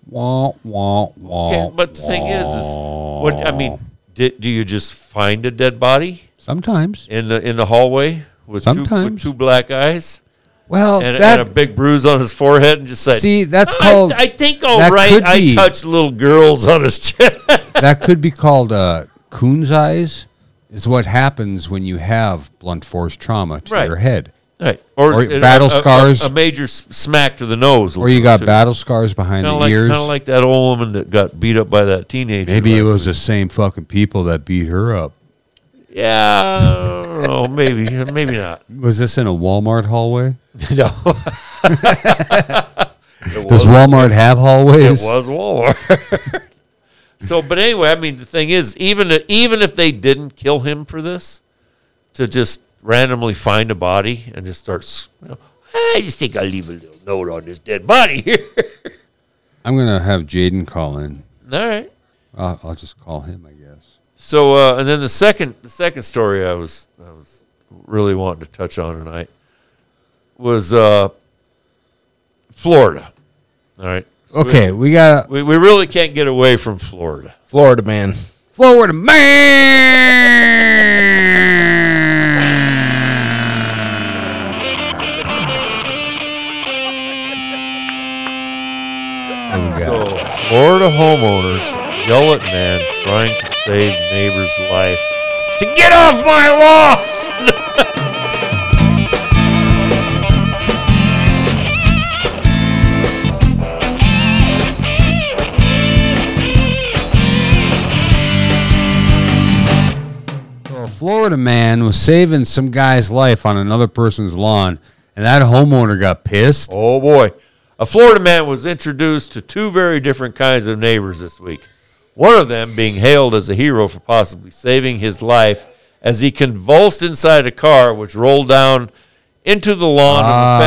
Speaker 1: Wah, wah, wah.
Speaker 2: Okay, but the thing is, is what I mean? Did, do you just find a dead body
Speaker 1: Sometimes.
Speaker 2: in the in the hallway with two, with
Speaker 1: Sometimes.
Speaker 2: two black eyes
Speaker 1: Well,
Speaker 2: and,
Speaker 1: that.
Speaker 2: and a big bruise on his forehead and just say,
Speaker 1: see, that's
Speaker 2: (laughs) "I-
Speaker 1: called.
Speaker 2: I, think all
Speaker 1: that
Speaker 2: right.
Speaker 1: could
Speaker 2: I
Speaker 1: be-
Speaker 2: touched little girls on his (laughs) chest."
Speaker 1: that could be called uh, coon's eyes. Is what happens when you have blunt force trauma to
Speaker 2: Right.
Speaker 1: your head,
Speaker 2: right,
Speaker 1: Or
Speaker 2: and
Speaker 1: battle
Speaker 2: a- a-
Speaker 1: scars.
Speaker 2: a, major s- smack to the nose,
Speaker 1: or you got
Speaker 2: too.
Speaker 1: battle scars behind
Speaker 2: Kind
Speaker 1: the
Speaker 2: of like,
Speaker 1: ears.
Speaker 2: kind of like that old woman that got beat up by that teenager.
Speaker 1: Maybe it
Speaker 2: last
Speaker 1: was the same fucking people that beat her up.
Speaker 2: week. Yeah, oh, maybe,
Speaker 1: (laughs)
Speaker 2: maybe not.
Speaker 1: Was this in a Walmart hallway?
Speaker 2: no, (laughs)
Speaker 1: Does
Speaker 2: it was,
Speaker 1: Walmart have
Speaker 2: it
Speaker 1: hallways?
Speaker 2: was Walmart. (laughs) so, but anyway, I mean, the thing is, even even if they didn't kill him for this, to just randomly find a body and just start. s- You know, I just think I'll leave a little note on this dead body here. (laughs)
Speaker 1: I'm gonna have Jaden call in.
Speaker 2: All right.
Speaker 1: I'll, I'll just call him, I guess.
Speaker 2: So uh, and then the second the second story I was I was really wanting to touch on tonight was uh, Florida. All right.
Speaker 1: Okay, we got
Speaker 2: We, we really can't get away from Florida.
Speaker 3: Florida man.
Speaker 1: Florida man. What we got?
Speaker 2: So Florida homeowners yell at man trying to save neighbor's life to get off my lawn.
Speaker 1: So a Florida man was saving some guy's life on another person's lawn, and that homeowner got pissed.
Speaker 2: Oh boy. A Florida man was introduced to two very different kinds of neighbors this week. One of them being hailed as a hero for possibly saving his life as he convulsed inside a car which rolled down into the lawn of the
Speaker 1: Ah.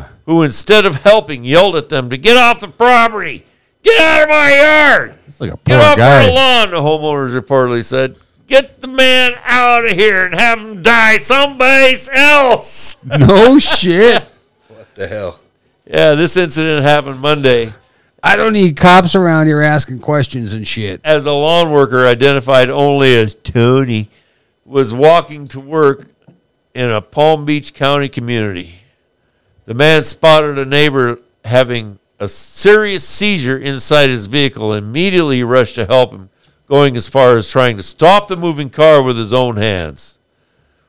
Speaker 2: family, who instead of helping yelled at them to get off the property. Get out of my yard.
Speaker 1: It's like a poor
Speaker 2: Get off our
Speaker 1: guy.
Speaker 2: lawn, the homeowners reportedly said. Get the man out of here and have him die someplace else.
Speaker 1: (laughs) No shit.
Speaker 3: What the hell?
Speaker 2: yeah, this incident happened Monday
Speaker 1: I don't need cops around here asking questions and shit.
Speaker 2: as a lawn worker identified only as Tony was walking to work in a Palm Beach County community. The man spotted a neighbor having a serious seizure inside his vehicle and immediately rushed to help him, going as far as trying to stop the moving car with his own hands.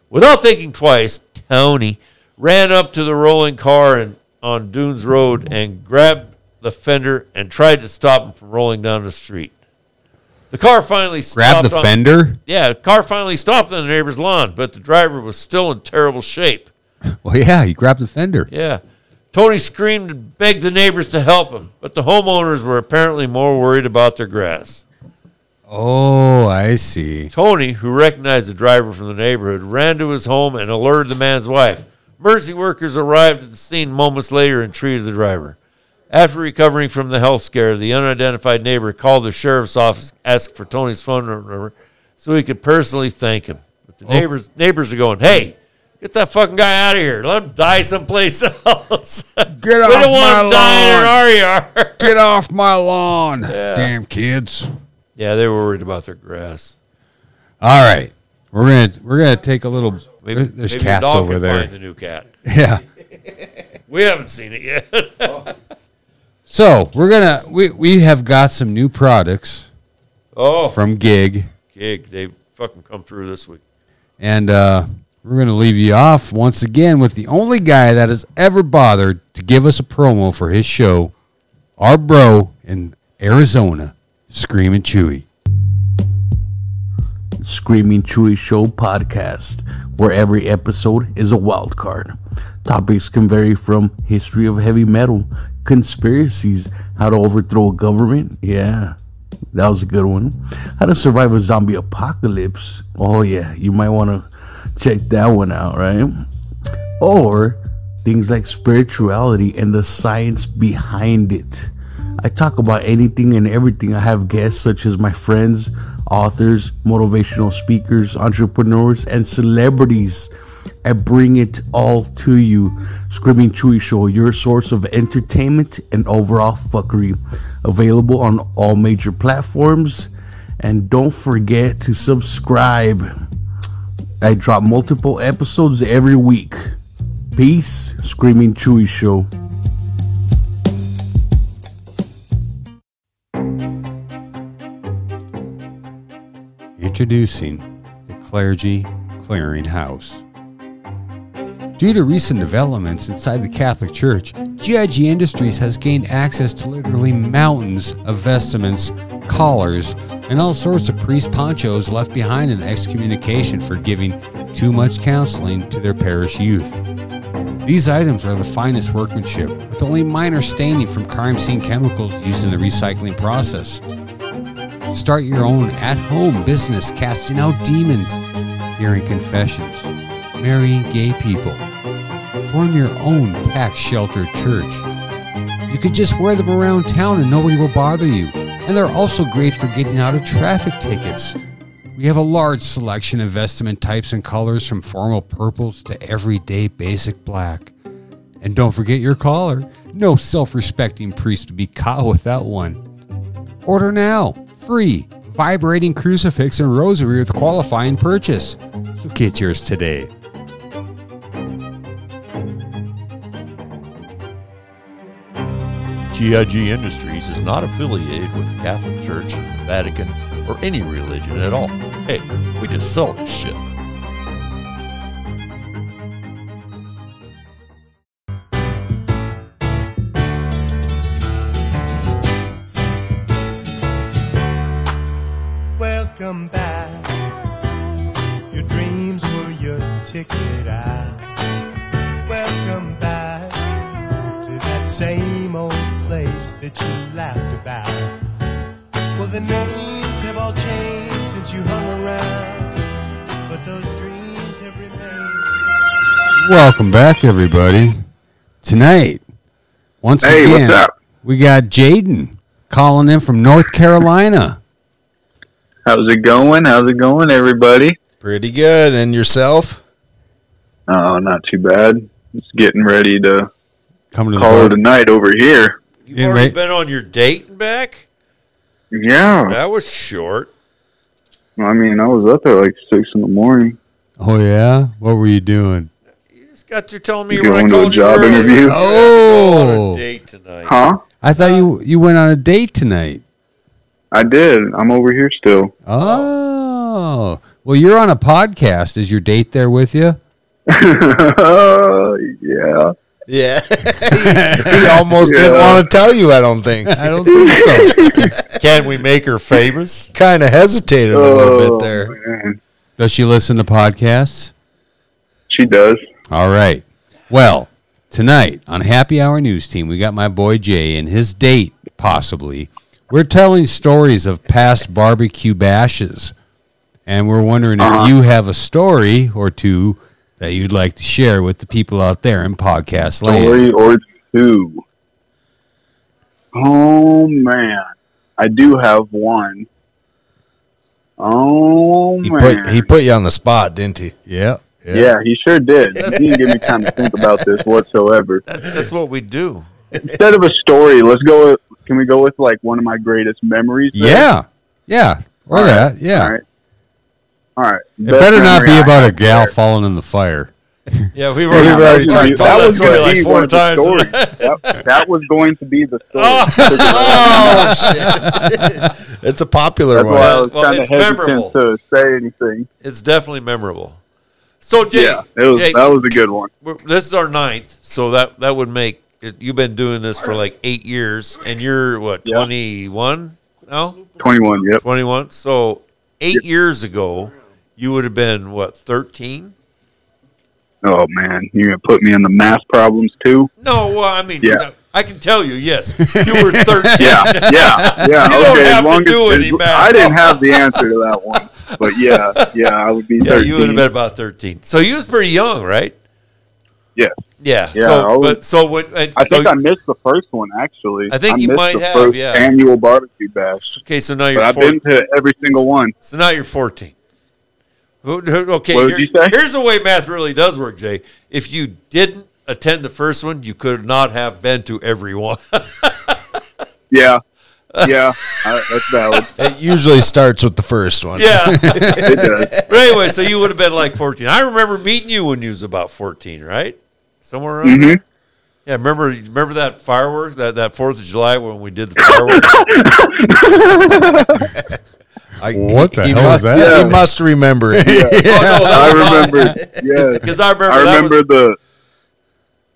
Speaker 2: Without thinking twice, Tony ran up to the rolling car and on Dunes Road and grabbed the fender and tried to stop him from rolling down the street. The car finally
Speaker 1: Grab
Speaker 2: stopped
Speaker 1: the
Speaker 2: on-
Speaker 1: fender.
Speaker 2: yeah, the car finally stopped on the neighbor's lawn, but the driver was still in terrible shape.
Speaker 1: Well, yeah, he grabbed the fender.
Speaker 2: Yeah. Tony screamed and begged the neighbors to help him, but the homeowners were apparently more worried about their grass.
Speaker 1: Oh, I see.
Speaker 2: Tony, who recognized the driver from the neighborhood, ran to his home and alerted the man's wife. Emergency workers arrived at the scene moments later and treated the driver. After recovering from the health scare, the unidentified neighbor called the sheriff's office, asked for Tony's phone number so he could personally thank him. But the neighbors neighbors are going, "Hey, get that fucking guy out of here! Let him die someplace (laughs) else. we
Speaker 1: Get off
Speaker 2: don't want
Speaker 1: my
Speaker 2: him dying in
Speaker 1: lawn.
Speaker 2: our yard." (laughs)
Speaker 1: Get off my lawn. Damn kids.
Speaker 2: yeah, they were worried about their grass.
Speaker 1: All right. We're gonna we're gonna take a little
Speaker 2: Maybe,
Speaker 1: there's
Speaker 2: maybe
Speaker 1: cats
Speaker 2: the dog
Speaker 1: over
Speaker 2: can
Speaker 1: there.
Speaker 2: Find the new cat.
Speaker 1: (laughs) Yeah.
Speaker 2: We haven't seen it yet.
Speaker 1: So we're gonna we, we have got some new products
Speaker 2: Oh,
Speaker 1: from Gig
Speaker 2: gig. They fucking come through this week.
Speaker 1: and uh we're gonna leave you off once again with the only guy that has ever bothered to give us a promo for his show, our bro in Arizona, Screaming Chewy.
Speaker 4: Screaming Chewy Show podcast, where every episode is a wild card. Topics can vary from history of heavy metal, conspiracies, how to overthrow a government. Yeah, that was a good one. How to survive a zombie apocalypse. Oh, yeah, you might want to check that one out, right? Or things like spirituality and the science behind it. I talk about anything and everything. I have guests such as my friends, authors, motivational speakers, entrepreneurs, and celebrities. I bring it all to you. Screaming Chewy Show, your source of entertainment and overall fuckery. Available on all major platforms. And don't forget to subscribe. I drop multiple episodes every week. Peace, Screaming Chewy Show.
Speaker 1: Introducing the Clergy Clearinghouse. Due to recent developments inside the Catholic Church, GIG Industries has gained access to literally mountains of vestments, collars, and all sorts of priest ponchos left behind in excommunication for giving too much counseling to their parish youth. These items are the finest workmanship, with only minor staining from crime scene chemicals used in the recycling process. Start your own at home business casting out demons, hearing confessions, marrying gay people. Form your own pack shelter church. You can just wear them around town and nobody will bother you. And they're also great for getting out of traffic tickets. We have a large selection of vestment types and colors from formal purples to everyday basic black. And don't forget your collar. No self respecting priest would be caught without one. Order now. Free. Vibrating crucifix and rosary with qualifying purchase. So get yours today.
Speaker 2: GIG Industries is not affiliated with the Catholic Church, the Vatican, or any religion at all. Hey, we just sell this shit.
Speaker 6: Welcome back. Your dreams were your ticket out. Welcome back to that same old place that you laughed about. Well, the names have all changed since you hung around, but those dreams have remained.
Speaker 1: Welcome back, everybody. Tonight, once
Speaker 7: Hey, what's
Speaker 1: again,
Speaker 7: up?
Speaker 1: we got Jaden calling in from North Carolina.
Speaker 7: How's it going? How's it going, everybody?
Speaker 3: Pretty good. And yourself?
Speaker 7: Oh, not too bad. Just getting ready to
Speaker 1: Coming to the
Speaker 7: call it a
Speaker 1: bar.
Speaker 7: night over here.
Speaker 2: You've
Speaker 1: Yeah,
Speaker 2: already
Speaker 1: right.
Speaker 2: been on your date and back?
Speaker 7: Yeah.
Speaker 2: That was short.
Speaker 7: I mean, I was up at like 6 in the morning
Speaker 1: Oh, yeah? What were you doing?
Speaker 2: You just got through telling me
Speaker 7: You
Speaker 2: you were
Speaker 7: going to a
Speaker 2: on
Speaker 7: job interview?
Speaker 2: Oh,
Speaker 1: Oh.
Speaker 2: on a date tonight.
Speaker 7: Huh?
Speaker 1: I thought you you went on a date tonight.
Speaker 7: I did. I'm over here still. (laughs)
Speaker 1: Oh. Well, you're on a podcast. Is your date there with you?
Speaker 7: yeah.
Speaker 3: Yeah. (laughs) he almost didn't
Speaker 7: Yeah.
Speaker 3: want to tell you, I don't think.
Speaker 1: I don't think so.
Speaker 2: Can we make her famous?
Speaker 3: Kind of hesitated a little bit there.
Speaker 7: man.
Speaker 1: Does she listen to podcasts?
Speaker 7: She does.
Speaker 1: All right. Well, tonight on Happy Hour News Team, we got my boy Jay and his date, possibly. We're telling stories of past barbecue bashes. And we're wondering
Speaker 7: Uh-huh.
Speaker 1: if you have a story or two that you'd like to share with the people out there in podcast land.
Speaker 7: Story or two. Oh, man. I do have one. Oh,
Speaker 3: He
Speaker 7: man.
Speaker 3: put, he put you on the spot, didn't he?
Speaker 1: Yeah.
Speaker 7: yeah. he sure did. He didn't give me time to think about this whatsoever.
Speaker 2: That's what we do.
Speaker 7: Instead of a story, let's go with, can we go with like one of my greatest memories? then?
Speaker 1: Yeah. Yeah. Or
Speaker 7: All right.
Speaker 1: that. Yeah.
Speaker 7: All right. All right.
Speaker 1: It better not be about a
Speaker 7: gal.
Speaker 1: gal falling in the fire.
Speaker 2: Yeah, we've
Speaker 7: Yeah, that
Speaker 2: already,
Speaker 7: was gonna be-
Speaker 2: told that,
Speaker 7: that was
Speaker 2: story
Speaker 7: gonna
Speaker 2: like
Speaker 7: be
Speaker 2: four
Speaker 7: one of the
Speaker 2: times. (laughs)
Speaker 7: stories. that, that was going to be the
Speaker 1: (laughs)
Speaker 7: story.
Speaker 2: Oh.
Speaker 3: Oh, shit. it's a popular
Speaker 7: That's why I
Speaker 3: one.
Speaker 7: was
Speaker 2: Well,
Speaker 7: kind of
Speaker 2: it's
Speaker 7: hesitant to say anything.
Speaker 2: It's definitely memorable. So, Jay,
Speaker 7: yeah, it was,
Speaker 2: Jay,
Speaker 7: that was a good one.
Speaker 2: we're, this is our ninth, so that that would make it, you've been doing this for like eight years, and you're what
Speaker 7: Yeah.
Speaker 2: twenty one now,
Speaker 7: 21, yep.
Speaker 2: twenty one. So eight years ago, you would have been what thirteen?
Speaker 7: Oh, man. You're going to put me in the math problems, too?
Speaker 2: No, well, I mean,
Speaker 7: Yeah.
Speaker 2: I can tell you, yes, you were thirteen.
Speaker 7: Yeah, yeah, yeah.
Speaker 2: You don't
Speaker 7: okay,
Speaker 2: have
Speaker 7: as
Speaker 2: to
Speaker 7: long
Speaker 2: do
Speaker 7: as,
Speaker 2: any
Speaker 7: as-
Speaker 2: math.
Speaker 7: I didn't have the answer to that one. But yeah, yeah, I would be
Speaker 2: (laughs) Yeah,
Speaker 7: 13.
Speaker 2: you would have been about thirteen. So you was pretty young, right?
Speaker 7: Yeah.
Speaker 2: Yeah.
Speaker 7: Yeah, I
Speaker 2: so,
Speaker 7: was-
Speaker 2: but so what? and-
Speaker 7: I think
Speaker 2: so-
Speaker 7: I missed the first one, actually.
Speaker 2: Oh, I think you
Speaker 7: missed
Speaker 2: might
Speaker 7: the
Speaker 2: have,
Speaker 7: first
Speaker 2: yeah.
Speaker 7: annual barbecue bash.
Speaker 2: okay, so now
Speaker 7: But
Speaker 2: you're
Speaker 7: I've
Speaker 2: four,
Speaker 7: been to every single one.
Speaker 2: so now you're fourteen. Who- who- Okay,
Speaker 7: What did
Speaker 2: here-
Speaker 7: you say?
Speaker 2: here's the way math really does work, Jay. If you didn't attend the first one, you could not have been to every one. (laughs)
Speaker 7: Yeah. Yeah, I, that's valid.
Speaker 3: It usually starts with the first
Speaker 7: (laughs)
Speaker 3: one.
Speaker 2: yeah.
Speaker 7: It does.
Speaker 2: (laughs) But anyway, so you would have been like fourteen. I remember meeting you when you was about fourteen, right? Somewhere around.
Speaker 7: Mhm.
Speaker 2: there. Yeah, remember remember that fireworks that that Fourth of July when we
Speaker 7: (laughs)
Speaker 2: did the fireworks?
Speaker 3: I-
Speaker 1: What the hell
Speaker 3: must,
Speaker 1: is that?
Speaker 3: He must remember
Speaker 2: (laughs)
Speaker 3: it. (laughs)
Speaker 2: Oh, no,
Speaker 7: I
Speaker 2: (laughs) that was on-
Speaker 7: remember. Yeah,
Speaker 2: because I remember,
Speaker 7: I
Speaker 2: that was
Speaker 7: remember the.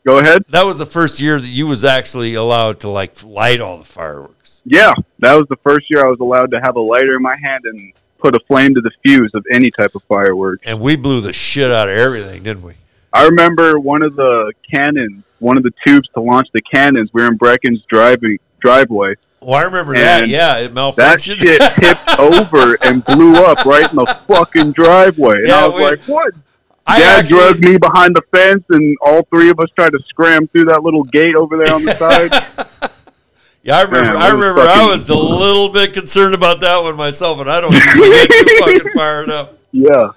Speaker 7: Go ahead.
Speaker 2: that was the first year that you was actually allowed to like light all the fireworks.
Speaker 7: Yeah, that was the first year I was allowed to have a lighter in my hand and put a flame to the fuse of any type of firework.
Speaker 2: And we blew the shit out of everything, didn't we?
Speaker 7: I remember one of the cannons, one of the tubes to launch the cannons. We were in Brecken's driving driveway.
Speaker 2: Well, I remember that.
Speaker 7: And
Speaker 2: Yeah, it
Speaker 7: That
Speaker 2: malfunctioned.
Speaker 7: shit tipped over and blew up right in the fucking driveway. And
Speaker 2: Yeah,
Speaker 7: I was
Speaker 2: we-
Speaker 7: like, "What
Speaker 2: I
Speaker 7: Dad
Speaker 2: actually-
Speaker 7: dragged me behind the fence, and all three of us tried to scram through that little gate over there
Speaker 2: (laughs)
Speaker 7: on the side.
Speaker 2: Yeah, I remember.
Speaker 7: Man,
Speaker 2: I
Speaker 7: we were
Speaker 2: remember. I
Speaker 7: fucking-
Speaker 2: was a little bit concerned about that one myself, and I don't usually get
Speaker 7: (laughs)
Speaker 2: too fucking fired up.
Speaker 7: Yeah,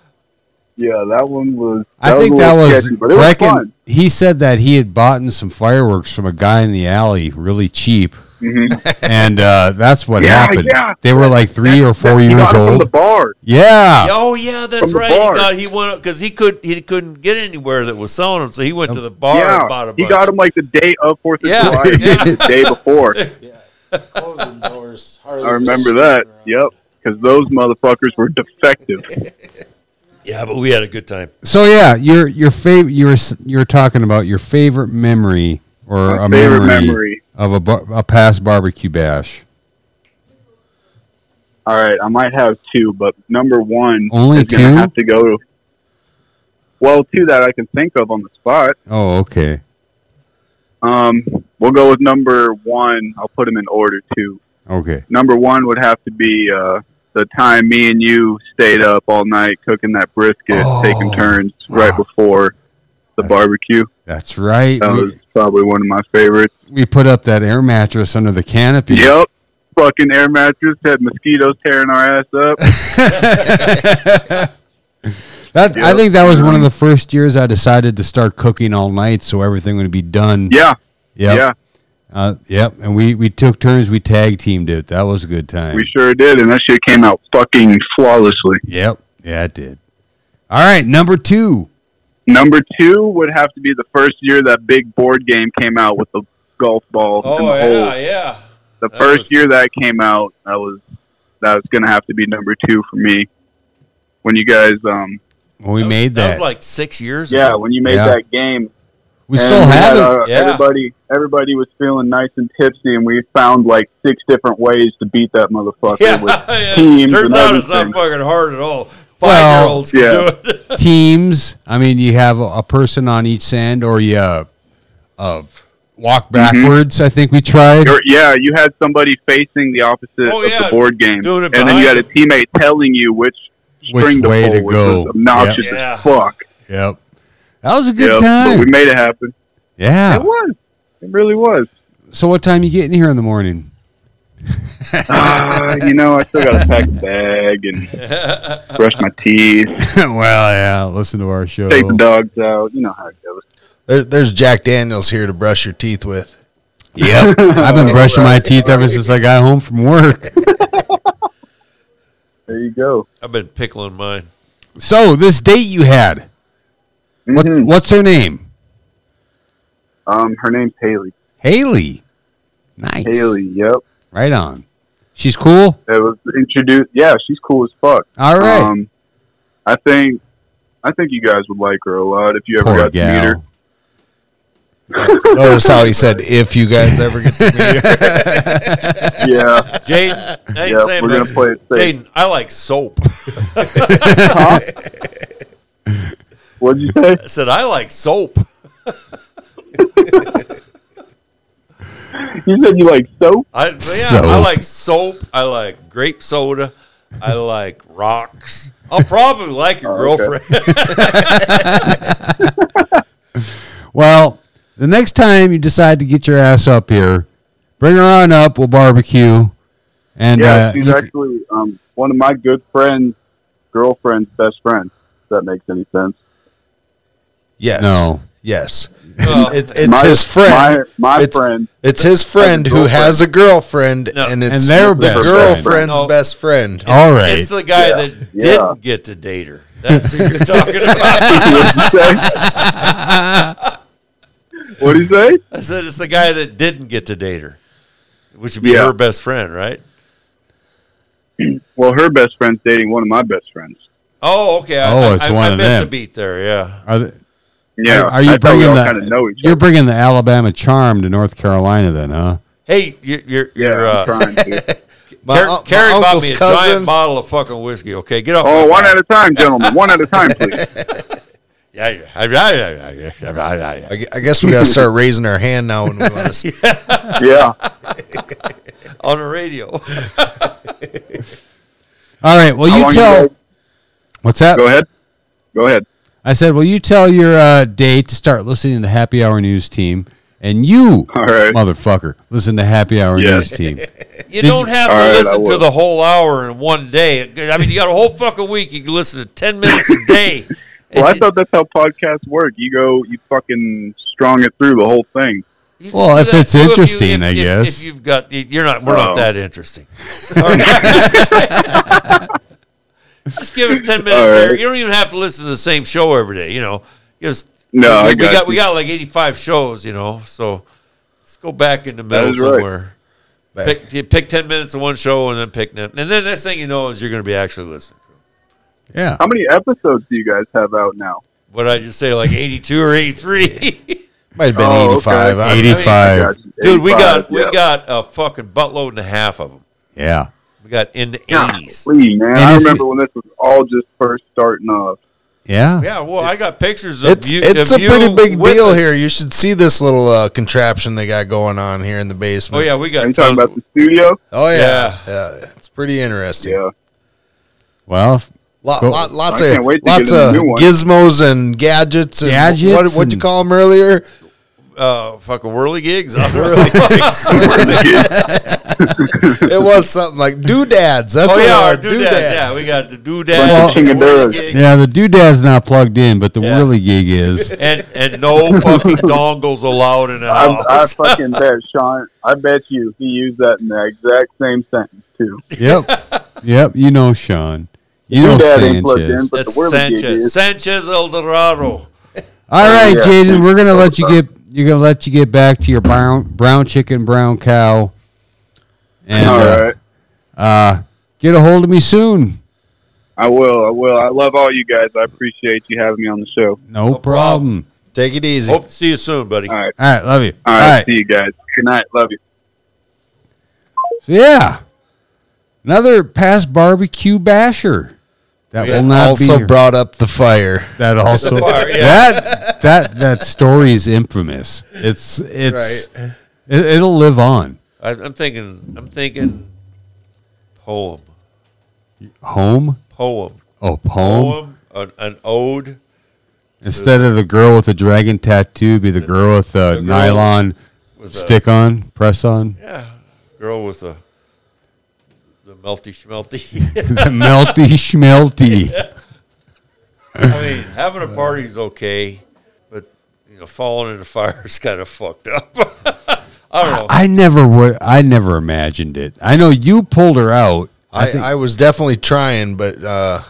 Speaker 7: yeah, that one was.
Speaker 1: I
Speaker 7: was
Speaker 1: think
Speaker 7: a
Speaker 1: that
Speaker 7: little
Speaker 1: was
Speaker 7: sketchy, but it was fun.
Speaker 1: reckon he said that he had bought in some fireworks from a guy in the alley really cheap.
Speaker 7: Mm-hmm.
Speaker 1: and uh, that's what
Speaker 7: Yeah,
Speaker 1: happened.
Speaker 7: yeah.
Speaker 1: They were like three or four
Speaker 7: He
Speaker 1: years
Speaker 7: got it from the
Speaker 1: old.
Speaker 7: bar.
Speaker 1: Yeah.
Speaker 2: Oh yeah,
Speaker 7: From
Speaker 2: that's
Speaker 7: the
Speaker 2: right. He
Speaker 7: bar.
Speaker 2: thought he went because he could. He couldn't get anywhere that was selling them, so he went to the bar and bought a bunch.
Speaker 7: he got him like the day of Fourth of
Speaker 2: Yeah.
Speaker 7: July, (laughs) the day before.
Speaker 3: Closing doors.
Speaker 7: I remember
Speaker 2: (laughs)
Speaker 7: that. Yep, because those motherfuckers were defective.
Speaker 2: Yeah, but we had a good time.
Speaker 1: So yeah, your your favorite you were s- you were talking about your favorite memory or
Speaker 7: My
Speaker 1: a
Speaker 7: favorite
Speaker 1: memory,
Speaker 7: memory.
Speaker 1: of a bar- a past barbecue bash.
Speaker 7: All right, I might have two, but number one
Speaker 1: Only
Speaker 7: is gonna
Speaker 1: two?
Speaker 7: have to go to. Well, two that I can think of on the spot.
Speaker 1: Oh, okay.
Speaker 7: Um, we'll go with number one. I'll put them in order too.
Speaker 1: Okay.
Speaker 7: Number one would have to be uh, the time me and you stayed up all night cooking that brisket,
Speaker 1: Oh,
Speaker 7: taking turns right
Speaker 1: wow.
Speaker 7: before the
Speaker 1: That's-
Speaker 7: barbecue.
Speaker 1: That's right.
Speaker 7: That
Speaker 1: We,
Speaker 7: was probably one of my favorites.
Speaker 1: we put up that air mattress under the canopy.
Speaker 7: Yep. Fucking air mattress had mosquitoes tearing our ass up.
Speaker 1: (laughs) That I
Speaker 7: Yep.
Speaker 1: think that was one of the first years I decided to start cooking all night, so everything would be done.
Speaker 7: Yeah,
Speaker 1: Yep.
Speaker 7: yeah,
Speaker 1: Uh, yep. And we we took turns. We tag teamed it. That was a good time.
Speaker 7: we sure did, and that shit came out fucking flawlessly.
Speaker 1: yep. Yeah, it did. All right, number two.
Speaker 7: Number two would have to be the first year that big board game came out with the golf balls and
Speaker 2: Oh
Speaker 7: the holes.
Speaker 2: yeah, yeah.
Speaker 7: the
Speaker 2: That
Speaker 7: first
Speaker 2: was-
Speaker 7: year that came out, that was that was gonna have to be number two for me. When you guys, um,
Speaker 1: When we
Speaker 2: That was-
Speaker 1: made
Speaker 2: That
Speaker 1: that,
Speaker 2: was like six years.
Speaker 7: yeah,
Speaker 2: ago.
Speaker 7: when you made
Speaker 1: Yeah.
Speaker 7: that game,
Speaker 1: we
Speaker 7: and
Speaker 1: still have
Speaker 7: had,
Speaker 1: it.
Speaker 7: uh,
Speaker 2: Yeah.
Speaker 7: Everybody, everybody was feeling nice and tipsy, and we found like six different ways to beat that motherfucker. With,
Speaker 2: (laughs) yeah.
Speaker 7: teams
Speaker 2: Turns
Speaker 7: and
Speaker 2: out it's
Speaker 7: everything.
Speaker 2: not fucking hard at all. Five
Speaker 1: Well,
Speaker 2: year olds can
Speaker 7: yeah.
Speaker 2: do it.
Speaker 1: teams. I mean, you have a, a person on each sand, or you uh, uh,
Speaker 7: Mm-hmm.
Speaker 1: walk backwards. I think we tried.
Speaker 7: you're- yeah, you had somebody facing the opposite
Speaker 2: (laughs) Oh,
Speaker 7: of
Speaker 2: yeah,
Speaker 7: the board game,
Speaker 2: doing it
Speaker 7: and then you had
Speaker 2: behind
Speaker 7: a teammate telling you which.
Speaker 1: Which
Speaker 7: string
Speaker 1: way
Speaker 7: pull,
Speaker 1: to
Speaker 7: which
Speaker 1: go.
Speaker 7: was obnoxious
Speaker 2: Yeah.
Speaker 7: as fuck.
Speaker 1: Yep, that was a good
Speaker 7: Yeah,
Speaker 1: time.
Speaker 7: But we made it happen.
Speaker 1: yeah.
Speaker 7: It was. It really was.
Speaker 1: So, what time you get in here in the morning?
Speaker 7: Ah, you know, I still got to pack a bag
Speaker 2: (laughs)
Speaker 7: and brush my teeth,
Speaker 1: (laughs) well, yeah. Listen to our show.
Speaker 7: take the dogs out. You know how it goes.
Speaker 3: There, there's Jack Daniels here to brush your teeth with.
Speaker 7: (laughs)
Speaker 1: Yep. I've been brushing my teeth ever since I got home from work.
Speaker 7: There you go.
Speaker 2: I've been pickling mine.
Speaker 1: So, this date you had. What,
Speaker 7: Mhm.
Speaker 1: What's her name?
Speaker 7: Um, her name's Haley.
Speaker 1: Haley. Nice.
Speaker 7: Haley. Yep.
Speaker 1: Right on. She's cool.
Speaker 7: It was introduced. Yeah, she's cool as fuck.
Speaker 1: All right.
Speaker 7: Um, I think, I think you guys would like her a lot if you ever
Speaker 1: Poor
Speaker 7: got
Speaker 1: gal.
Speaker 7: to meet her.
Speaker 2: (laughs)
Speaker 3: Notice how he said, if you guys ever get to meet her.
Speaker 7: Yeah.
Speaker 2: Jaden, I ain't
Speaker 7: Yeah,
Speaker 2: saying
Speaker 7: we're gonna
Speaker 2: much.
Speaker 7: play it safe.
Speaker 2: Jaden, I like soap. (laughs)
Speaker 7: What'd you say?
Speaker 2: I said I like soap.
Speaker 7: You said you like soap.
Speaker 2: I yeah, I
Speaker 1: Soap.
Speaker 2: like soap. I like grape soda. I like rocks. I'll probably like your
Speaker 7: Oh, (laughs) okay.
Speaker 2: girlfriend.
Speaker 1: (laughs) Well, the next time you decide to get your ass up here, bring her on up. We'll barbecue. And
Speaker 7: yeah,
Speaker 1: uh,
Speaker 7: she's
Speaker 1: you-
Speaker 7: actually um, one of my good friends' girlfriend's best friend. If that makes any sense.
Speaker 3: (laughs) Yes.
Speaker 1: no,
Speaker 3: Yes.
Speaker 2: Oh,
Speaker 3: It's, it's
Speaker 7: my,
Speaker 3: his friend.
Speaker 7: My, my
Speaker 3: It's-
Speaker 7: friend.
Speaker 3: It's his friend who has a girlfriend,
Speaker 2: No.
Speaker 3: and it's
Speaker 1: And their
Speaker 3: the
Speaker 1: best
Speaker 3: girlfriend's
Speaker 2: friend. No.
Speaker 3: best friend.
Speaker 1: all right.
Speaker 2: it's the guy
Speaker 7: Yeah,
Speaker 2: that
Speaker 7: yeah.
Speaker 2: didn't get to date her. That's who you're talking about.
Speaker 7: What'd you say? What'd he say?
Speaker 2: I said it's the guy that didn't get to date her, which would be
Speaker 7: Yeah.
Speaker 2: her best friend, right?
Speaker 7: Well, her best friend's dating one of my best friends.
Speaker 2: Oh, okay. I,
Speaker 1: Oh,
Speaker 2: I-
Speaker 1: it's
Speaker 2: I,
Speaker 1: one
Speaker 2: I
Speaker 1: of
Speaker 2: missed a
Speaker 1: them.
Speaker 2: beat there. Yeah.
Speaker 1: Are th-
Speaker 7: Yeah,
Speaker 1: Are- are you
Speaker 7: that's how we
Speaker 1: bringing
Speaker 7: all
Speaker 1: the-
Speaker 7: kind of know each
Speaker 1: you're
Speaker 7: other.
Speaker 1: bringing the Alabama charm to North Carolina, then, huh?
Speaker 2: Hey, you're you're,
Speaker 7: Yeah,
Speaker 2: you're
Speaker 7: I'm
Speaker 2: uh,
Speaker 7: trying to.
Speaker 3: My,
Speaker 2: Car-
Speaker 1: uh,
Speaker 3: un- my
Speaker 2: Carrie bought
Speaker 3: uncle's
Speaker 2: me a giant
Speaker 3: cousin.
Speaker 2: bottle of fucking whiskey. Okay, get off.
Speaker 7: Oh,
Speaker 2: my
Speaker 7: one
Speaker 2: back.
Speaker 7: at a time, gentlemen. One at a time, please.
Speaker 1: (laughs)
Speaker 2: Yeah, yeah, yeah, yeah, yeah, yeah, yeah, yeah.
Speaker 3: I, gu- I guess we gotta start raising our hand now when we
Speaker 2: (laughs)
Speaker 3: want to.
Speaker 7: Yeah,
Speaker 2: on the (laughs) radio.
Speaker 1: All right. Well,
Speaker 7: How
Speaker 1: you
Speaker 7: long you
Speaker 1: tell.
Speaker 7: guys-
Speaker 1: what's that?
Speaker 7: go ahead. (laughs) Go ahead.
Speaker 1: I said, "Well, you tell your uh, date to start listening to Happy Hour News Team, and you,
Speaker 7: All right.
Speaker 1: motherfucker, listen to Happy Hour
Speaker 7: Yeah.
Speaker 1: News Team."
Speaker 2: You don't have to
Speaker 7: All right, I
Speaker 2: listen to
Speaker 7: will.
Speaker 2: the whole hour in one day. I mean, you got a whole fucking week. You can listen to ten minutes a (laughs) day.
Speaker 7: Well, I
Speaker 2: And
Speaker 7: thought that's how podcasts work. You go, you fucking strong it through the whole thing.
Speaker 2: you can
Speaker 1: Well,
Speaker 2: do
Speaker 1: if
Speaker 2: that
Speaker 1: it's
Speaker 2: too if you-
Speaker 1: interesting,
Speaker 2: if-
Speaker 1: I
Speaker 2: if-
Speaker 1: guess.
Speaker 2: If you've got, you're not. We're not
Speaker 7: Oh.
Speaker 2: that (laughs) interesting. All right. (laughs) Just give us ten minutes
Speaker 7: All
Speaker 2: there.
Speaker 7: right.
Speaker 2: You don't even have to listen to the same show every day. You know, give us-
Speaker 7: No,
Speaker 2: we,
Speaker 7: I
Speaker 2: we
Speaker 7: got
Speaker 2: got we
Speaker 7: you.
Speaker 2: got like eighty five shows. You know, so let's go back in the
Speaker 7: That
Speaker 2: middle
Speaker 7: is right.
Speaker 2: somewhere.
Speaker 3: Back.
Speaker 2: Pick, you pick ten minutes of one show and then pick that. And then next thing you know is you're going to be actually listening.
Speaker 1: Yeah,
Speaker 7: How many episodes do you guys have out now?
Speaker 2: What did I
Speaker 7: (laughs)
Speaker 2: just say, like eighty two or eighty three?
Speaker 3: Might have been
Speaker 7: Oh, okay.
Speaker 3: 85. I-
Speaker 7: I
Speaker 1: eighty-five.
Speaker 7: got you.
Speaker 2: Dude, we
Speaker 7: 85,
Speaker 2: got
Speaker 7: yeah.
Speaker 2: we got a fucking buttload and a half of them.
Speaker 1: Yeah,
Speaker 2: We got in the
Speaker 7: Yeah,
Speaker 2: eighties.
Speaker 7: Lee, man,
Speaker 1: And
Speaker 7: I
Speaker 1: if you-
Speaker 7: remember when this was all just first starting off.
Speaker 1: yeah.
Speaker 2: Yeah, well, I got pictures of
Speaker 3: It's,
Speaker 2: you.
Speaker 3: it's a
Speaker 2: of you
Speaker 3: pretty big
Speaker 2: with
Speaker 3: deal
Speaker 2: us.
Speaker 3: here. You should see this little uh, contraption they got going on here in the
Speaker 2: oh
Speaker 3: basement.
Speaker 2: yeah, we got.
Speaker 7: Are you talking
Speaker 2: tons
Speaker 7: about the
Speaker 2: of-
Speaker 7: studio?
Speaker 3: Oh, yeah. Yeah. It's pretty interesting.
Speaker 7: Yeah.
Speaker 1: Well, if-
Speaker 3: Lot,
Speaker 1: Cool.
Speaker 3: lot, lots
Speaker 7: I
Speaker 3: of
Speaker 7: can't wait to
Speaker 3: lots
Speaker 7: get a
Speaker 3: of
Speaker 7: new one.
Speaker 3: gizmos and gadgets and
Speaker 1: Gadgets
Speaker 3: what what'd you
Speaker 1: and-
Speaker 3: call them earlier?
Speaker 7: (laughs)
Speaker 2: uh, fucking whirly gigs.
Speaker 3: (laughs) Whirly (laughs) It was something like doodads. That's
Speaker 2: (laughs) oh
Speaker 3: what
Speaker 2: yeah,
Speaker 3: our
Speaker 2: our
Speaker 3: doodads.
Speaker 2: doodads. Yeah, we got the
Speaker 1: Well-
Speaker 2: doodads. and
Speaker 7: Chingaderas.
Speaker 2: whirly gigs,
Speaker 1: yeah, the doodad's not plugged in, but the
Speaker 2: Yeah.
Speaker 1: whirly gig is.
Speaker 2: And and no fucking dongles allowed in the
Speaker 7: I, (laughs) I
Speaker 2: house.
Speaker 7: fucking bet, Sean. I bet you he used that in the exact same sentence too. (laughs)
Speaker 1: Yep, yep. You know Sean. You know
Speaker 7: Your dad ain't plugged
Speaker 1: Sanchez.
Speaker 7: in, but
Speaker 2: That's
Speaker 7: the word
Speaker 2: Sanchez.
Speaker 7: is
Speaker 2: Sanchez El Dorado.
Speaker 1: All right,
Speaker 7: oh, yeah.
Speaker 1: Jaden, we're gonna let you get you're gonna let you get back to your brown brown chicken, brown cow, and
Speaker 7: all
Speaker 1: uh,
Speaker 7: right.
Speaker 1: uh, get a hold of me soon.
Speaker 7: I will. I will. I love all you guys. I appreciate you having me on the show.
Speaker 1: No,
Speaker 2: No problem.
Speaker 1: problem.
Speaker 3: Take it easy.
Speaker 2: Hope to see you soon, buddy.
Speaker 7: All right.
Speaker 1: All right, love you.
Speaker 7: All right. See you guys. Good night. Love you.
Speaker 1: So, yeah, another past barbecue basher that
Speaker 3: That
Speaker 1: will not
Speaker 3: also
Speaker 1: be here.
Speaker 3: brought up the fire.
Speaker 1: that
Speaker 7: (laughs)
Speaker 1: also
Speaker 2: fire, yeah.
Speaker 1: that that that story is infamous. It's it's it, it'll live on.
Speaker 2: I, I'm thinking. I'm thinking. Poem.
Speaker 1: Home,
Speaker 2: Poem.
Speaker 1: oh poem.
Speaker 2: Poem. An, an ode.
Speaker 1: Instead of the girl with the dragon tattoo, be the girl with the,
Speaker 2: girl
Speaker 1: nylon
Speaker 2: with a-
Speaker 1: stick on, press on,
Speaker 2: (laughs) Yeah, girl with the the melty schmelty. (laughs)
Speaker 1: the melty schmelty.
Speaker 2: I mean, having a party's okay, but you know, falling in the fire (laughs) is kind of fucked up. I don't know.
Speaker 1: I never would. I never imagined it. I know you pulled her out.
Speaker 3: I,
Speaker 1: I think-
Speaker 3: I, was definitely trying, but uh,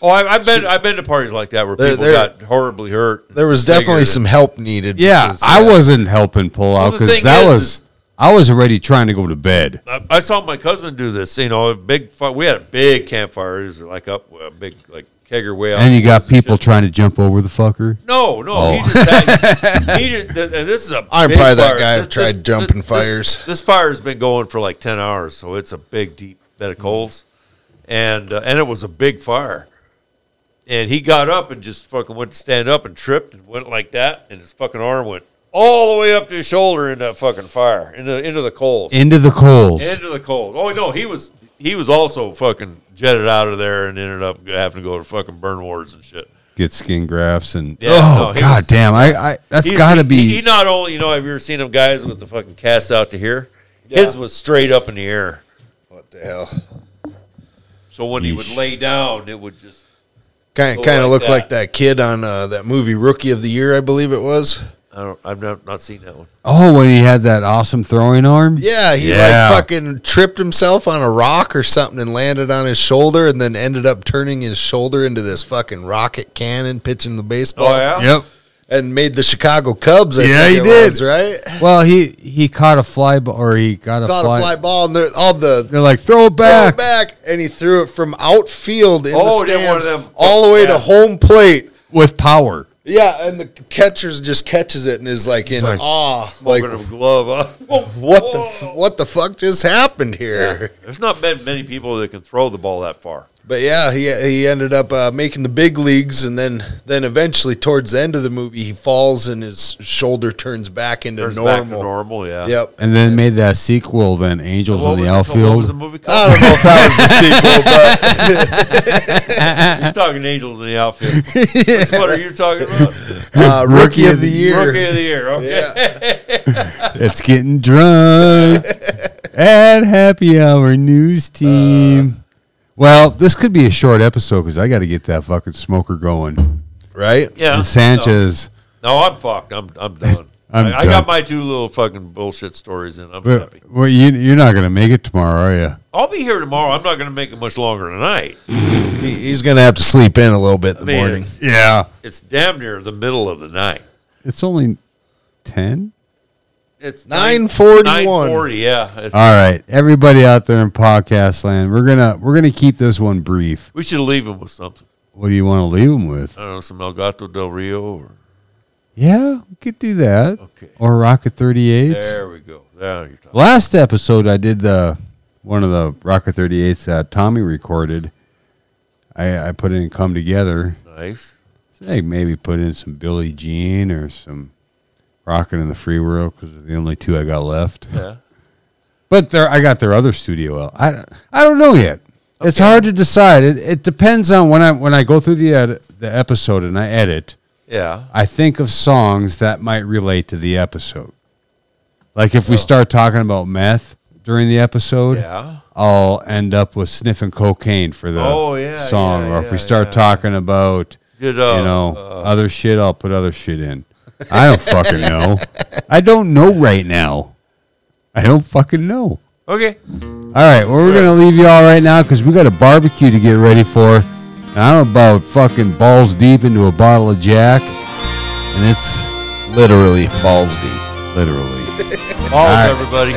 Speaker 2: Oh, I, I've been I've been to parties like that where
Speaker 3: There-
Speaker 2: people
Speaker 3: there-
Speaker 2: got horribly hurt.
Speaker 3: there was
Speaker 2: Figured
Speaker 3: definitely
Speaker 2: it.
Speaker 3: some help needed.
Speaker 1: Yeah,
Speaker 3: because,
Speaker 1: I wasn't helping pull
Speaker 2: Well,
Speaker 1: out
Speaker 2: the
Speaker 1: because
Speaker 2: thing
Speaker 1: that
Speaker 2: is,
Speaker 1: was.
Speaker 2: is-
Speaker 1: I was already trying to go to bed.
Speaker 2: I, I saw my cousin do this. You know, a big fi- we had a big campfire. It was like up a big like kegger way out.
Speaker 1: and you
Speaker 2: in the
Speaker 1: got
Speaker 2: woods and
Speaker 1: people
Speaker 2: shit.
Speaker 1: trying to jump over the fucker.
Speaker 2: No, no,
Speaker 1: Oh.
Speaker 2: he just
Speaker 1: (laughs)
Speaker 2: had, he just, th- and this is a.
Speaker 3: I'm
Speaker 2: big
Speaker 3: probably that
Speaker 2: fire.
Speaker 3: guy who tried jumping
Speaker 2: this-
Speaker 3: fires.
Speaker 2: This, fire has been going for like ten hours, so it's a big deep bed
Speaker 1: Mm.
Speaker 2: of coals, and uh, and it was a big fire. And he got up and just fucking went to stand up and tripped and went like that, and his fucking arm went all the way up to his shoulder in that fucking fire, into into the coals,
Speaker 1: Into the coals.
Speaker 2: into the coals. Oh no, he was he was also fucking jetted out of there and ended up having to go to fucking burn wards and shit.
Speaker 1: Get skin grafts and
Speaker 2: Yeah, no,
Speaker 1: oh
Speaker 2: he
Speaker 1: god
Speaker 2: was-
Speaker 1: damn! I, I that's
Speaker 2: He-
Speaker 1: got to
Speaker 2: he-
Speaker 1: be
Speaker 2: He not only, you know, have you ever seen them guys with the fucking cast out to here? His was straight up in the air.
Speaker 3: what the hell?
Speaker 2: So when he would
Speaker 1: Yeesh.
Speaker 2: lay down, it would just.
Speaker 3: Kind
Speaker 2: Oh,
Speaker 3: kind of
Speaker 2: like
Speaker 3: looked
Speaker 2: that.
Speaker 3: like that kid on uh, that movie Rookie of the Year, I believe it was.
Speaker 2: I don't. I've not, not seen that one.
Speaker 1: oh when he had that awesome throwing arm.
Speaker 3: Yeah, he
Speaker 1: Yeah.
Speaker 3: like fucking tripped himself on a rock or something and landed on his shoulder, and then ended up turning his shoulder into this fucking rocket cannon pitching the baseball.
Speaker 1: Yep.
Speaker 3: and made the Chicago Cubs. I
Speaker 1: Oh, Yeah,
Speaker 3: think
Speaker 1: he
Speaker 3: it
Speaker 1: did.
Speaker 3: was, right?
Speaker 1: Well, he he caught a fly ball, or he got a,
Speaker 3: Caught
Speaker 1: fly.
Speaker 3: a fly ball, and they're- all the
Speaker 1: They're like, throw it
Speaker 3: back.
Speaker 1: back.
Speaker 3: back, and he threw it from outfield in
Speaker 2: Oh,
Speaker 3: the
Speaker 2: he did one of
Speaker 3: stands
Speaker 2: them.
Speaker 3: all the way
Speaker 2: Yeah.
Speaker 3: to home plate.
Speaker 1: with power.
Speaker 3: Yeah, and the catcher just catches it and is like in
Speaker 1: like,
Speaker 3: awe,
Speaker 2: Like,
Speaker 3: like
Speaker 2: a glove. Huh? (laughs)
Speaker 3: what the f- what the fuck just happened here?
Speaker 2: There's not been many people that can throw the ball that far.
Speaker 3: But yeah, he he ended up uh, making the big leagues, and then then eventually towards the end of the movie, he falls and his shoulder turns back into
Speaker 2: Turns
Speaker 3: normal.
Speaker 2: back to normal, yeah.
Speaker 3: Yep.
Speaker 1: And then made that sequel, then Angels
Speaker 2: What
Speaker 1: in
Speaker 2: was
Speaker 1: the
Speaker 2: it called? What was the
Speaker 1: Outfield.
Speaker 2: movie
Speaker 3: I
Speaker 2: called?
Speaker 3: don't know if that was the sequel,
Speaker 2: You're talking Angels in the Outfield. Which one are you
Speaker 3: (laughs)
Speaker 2: talking about?
Speaker 3: but uh, (laughs) rookie of the year.
Speaker 2: Rookie of the Year. Okay.
Speaker 3: Yeah.
Speaker 1: it's getting (laughs) drunk at happy hour news team. well, this could be a short episode because I got to get that fucking smoker going.
Speaker 3: Right.
Speaker 2: Yeah.
Speaker 1: and Sanchez,
Speaker 2: No, I'm fucked. I'm I'm done.
Speaker 1: (laughs) I'm
Speaker 2: I, I
Speaker 1: done.
Speaker 2: got my two little fucking bullshit stories in. I'm
Speaker 1: but,
Speaker 2: happy.
Speaker 1: well, you, you're not going to make it tomorrow, are you?
Speaker 2: I'll be here tomorrow. I'm not going to make it much longer tonight.
Speaker 3: He, he's gonna have to sleep in a little bit in
Speaker 2: I
Speaker 3: the
Speaker 2: mean,
Speaker 3: morning.
Speaker 2: it's,
Speaker 1: Yeah,
Speaker 2: it's damn near the middle of the night.
Speaker 1: it's only ten.
Speaker 2: It's
Speaker 3: Nine
Speaker 2: nine
Speaker 3: forty-one.
Speaker 2: forty. Yeah. It's-
Speaker 1: All right, everybody out there in podcast land, we're gonna we're gonna keep this one brief.
Speaker 2: we should leave him with something.
Speaker 1: What do you want to leave them with?
Speaker 2: I don't know, some El Gato del Rio. Or,
Speaker 1: Yeah, we could do that.
Speaker 2: okay.
Speaker 1: Or Rocket Thirty Eight.
Speaker 2: There we go. There you're talking.
Speaker 1: Last episode, I did the one of the Rocket Thirty Eights that Tommy recorded. I, I put in "Come Together."
Speaker 2: Nice.
Speaker 1: Say maybe put in some Billie Jean or some "Rocket in the Free World" because they're the only two I got left.
Speaker 2: Yeah.
Speaker 1: (laughs) But there, I got their other studio out. I I don't know yet. It's hard to decide. It, it depends on when I when I go through the ed, the episode and I edit.
Speaker 2: Yeah.
Speaker 1: I think of songs that might relate to the episode. Like if we start talking about meth during the episode,
Speaker 2: Oh. Yeah.
Speaker 1: I'll end up with sniffing cocaine for the
Speaker 2: Oh, yeah,
Speaker 1: song.
Speaker 2: yeah,
Speaker 1: or if
Speaker 2: yeah,
Speaker 1: we start
Speaker 2: yeah.
Speaker 1: talking about
Speaker 2: Did, uh,
Speaker 1: you know
Speaker 2: uh,
Speaker 1: other shit, I'll put other shit in. I don't fucking know. I don't know right now. I don't fucking know.
Speaker 2: uh, Okay.
Speaker 1: All right, well, we're going to leave you all right now because we got a barbecue to get ready for. And I'm about fucking balls deep into a bottle of Jack. And it's
Speaker 3: Literally balls deep.
Speaker 1: literally.
Speaker 2: All
Speaker 1: right.
Speaker 2: everybody.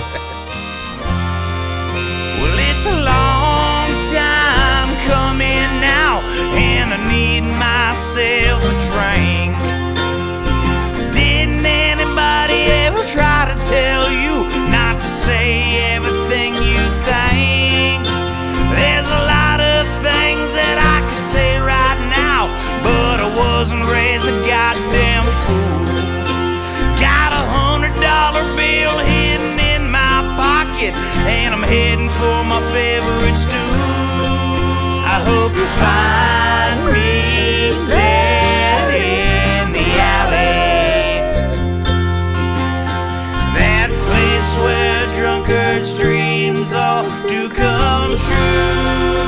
Speaker 8: Well, it's a long time coming now, and I need myself a drink. Didn't anybody ever try to tell you not to say everything you think? There's a lot of things that I could say right now, but I wasn't raised a goddamn fool. Got a hundred dollar bill hidden in my pocket, and I'm heading for my favorite stew. I hope you find me there in the alley. That place where drunkards' dreams all do come true.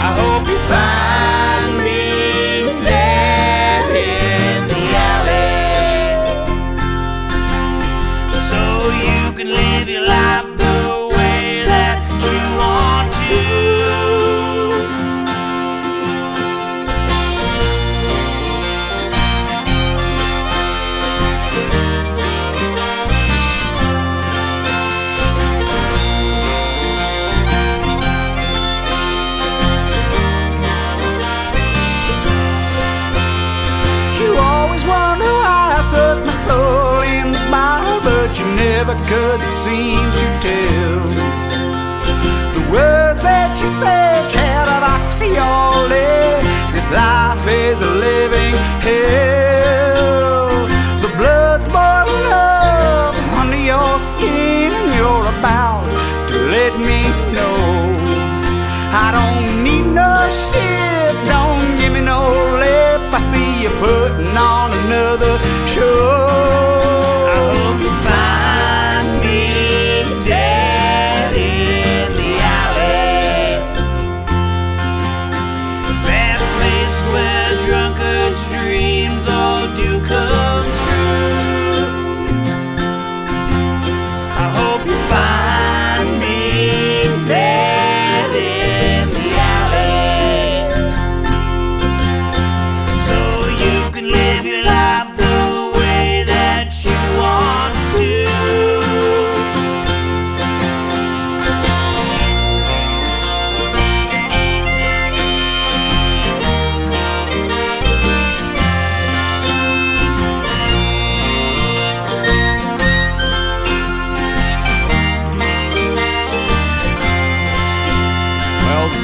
Speaker 8: I hope you find me dead in the alley. So you can live your life the way that you want to. You always wonder why I suck my soul in the bottle, but you never could seem to tell. The words that you said paradoxially, this life is a living hell. The blood's boiling up under your skin, and you're about to let me know. I don't need no shit, don't give me no lip. I see you putting on another show. I hope you find me dead in the alley. That place where drunkards' dreams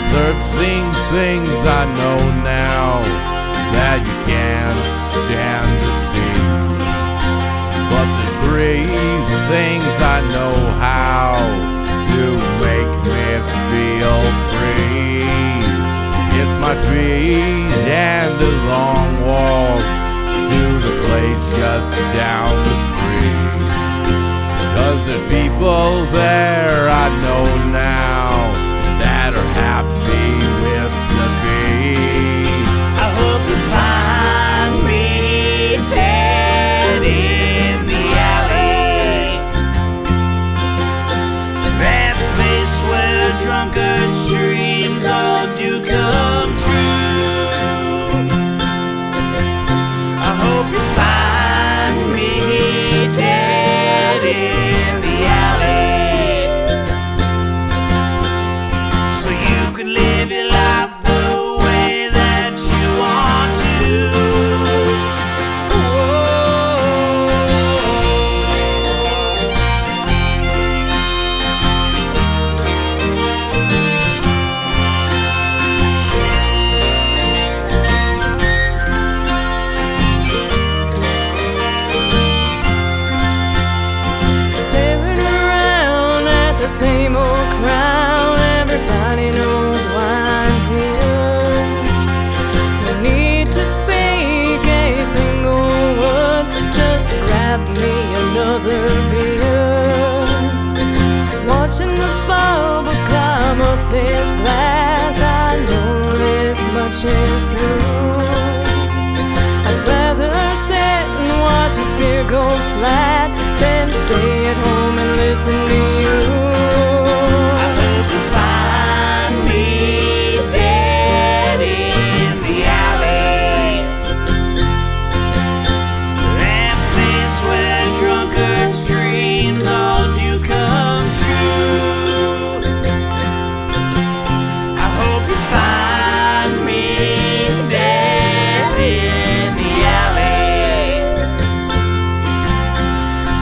Speaker 9: start seeing things I know now that you can't stand to see. But there's three things I know how to make me feel free. It's my feet and the long walk to the place just down the street. Cause there's people there I know now that are happy with the fee.
Speaker 8: I hope you find me dead in the alley. That place where drunkards' dreams all do come true. I hope you find me dead in the alley. So you can live your life the way that you want to. Oh. Whoa.
Speaker 10: Staring around at the same old crowd, everybody knows why I'm here. No need to speak a single word, just grab me another beer. Watching the bubbles climb up this glass, I know this much is true. I'd rather sit and watch this beer go flat than stay at home and listen to you.
Speaker 8: I hope you find me dead in the alley. That place where drunkards' dreams all do come true. I hope you find me dead in the alley.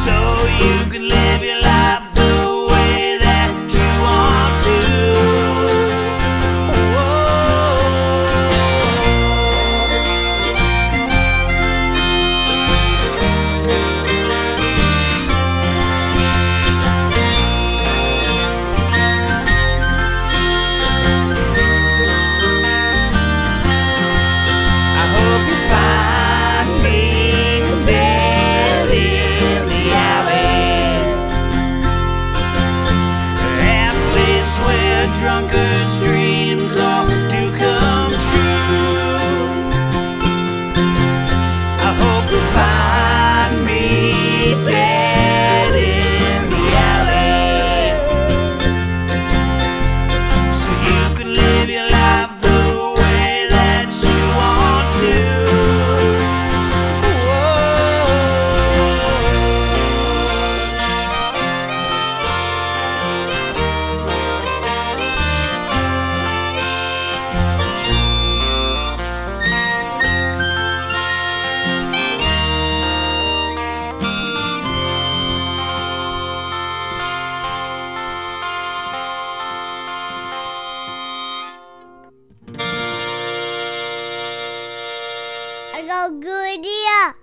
Speaker 8: So you can live your life the way that you want to. Whoa. I hope you find me dead in the alley. That place where drunkards' dreams all do come true. I hope you find me dead in the alley. So you can live your life the way that you want to.
Speaker 11: I got a good idea.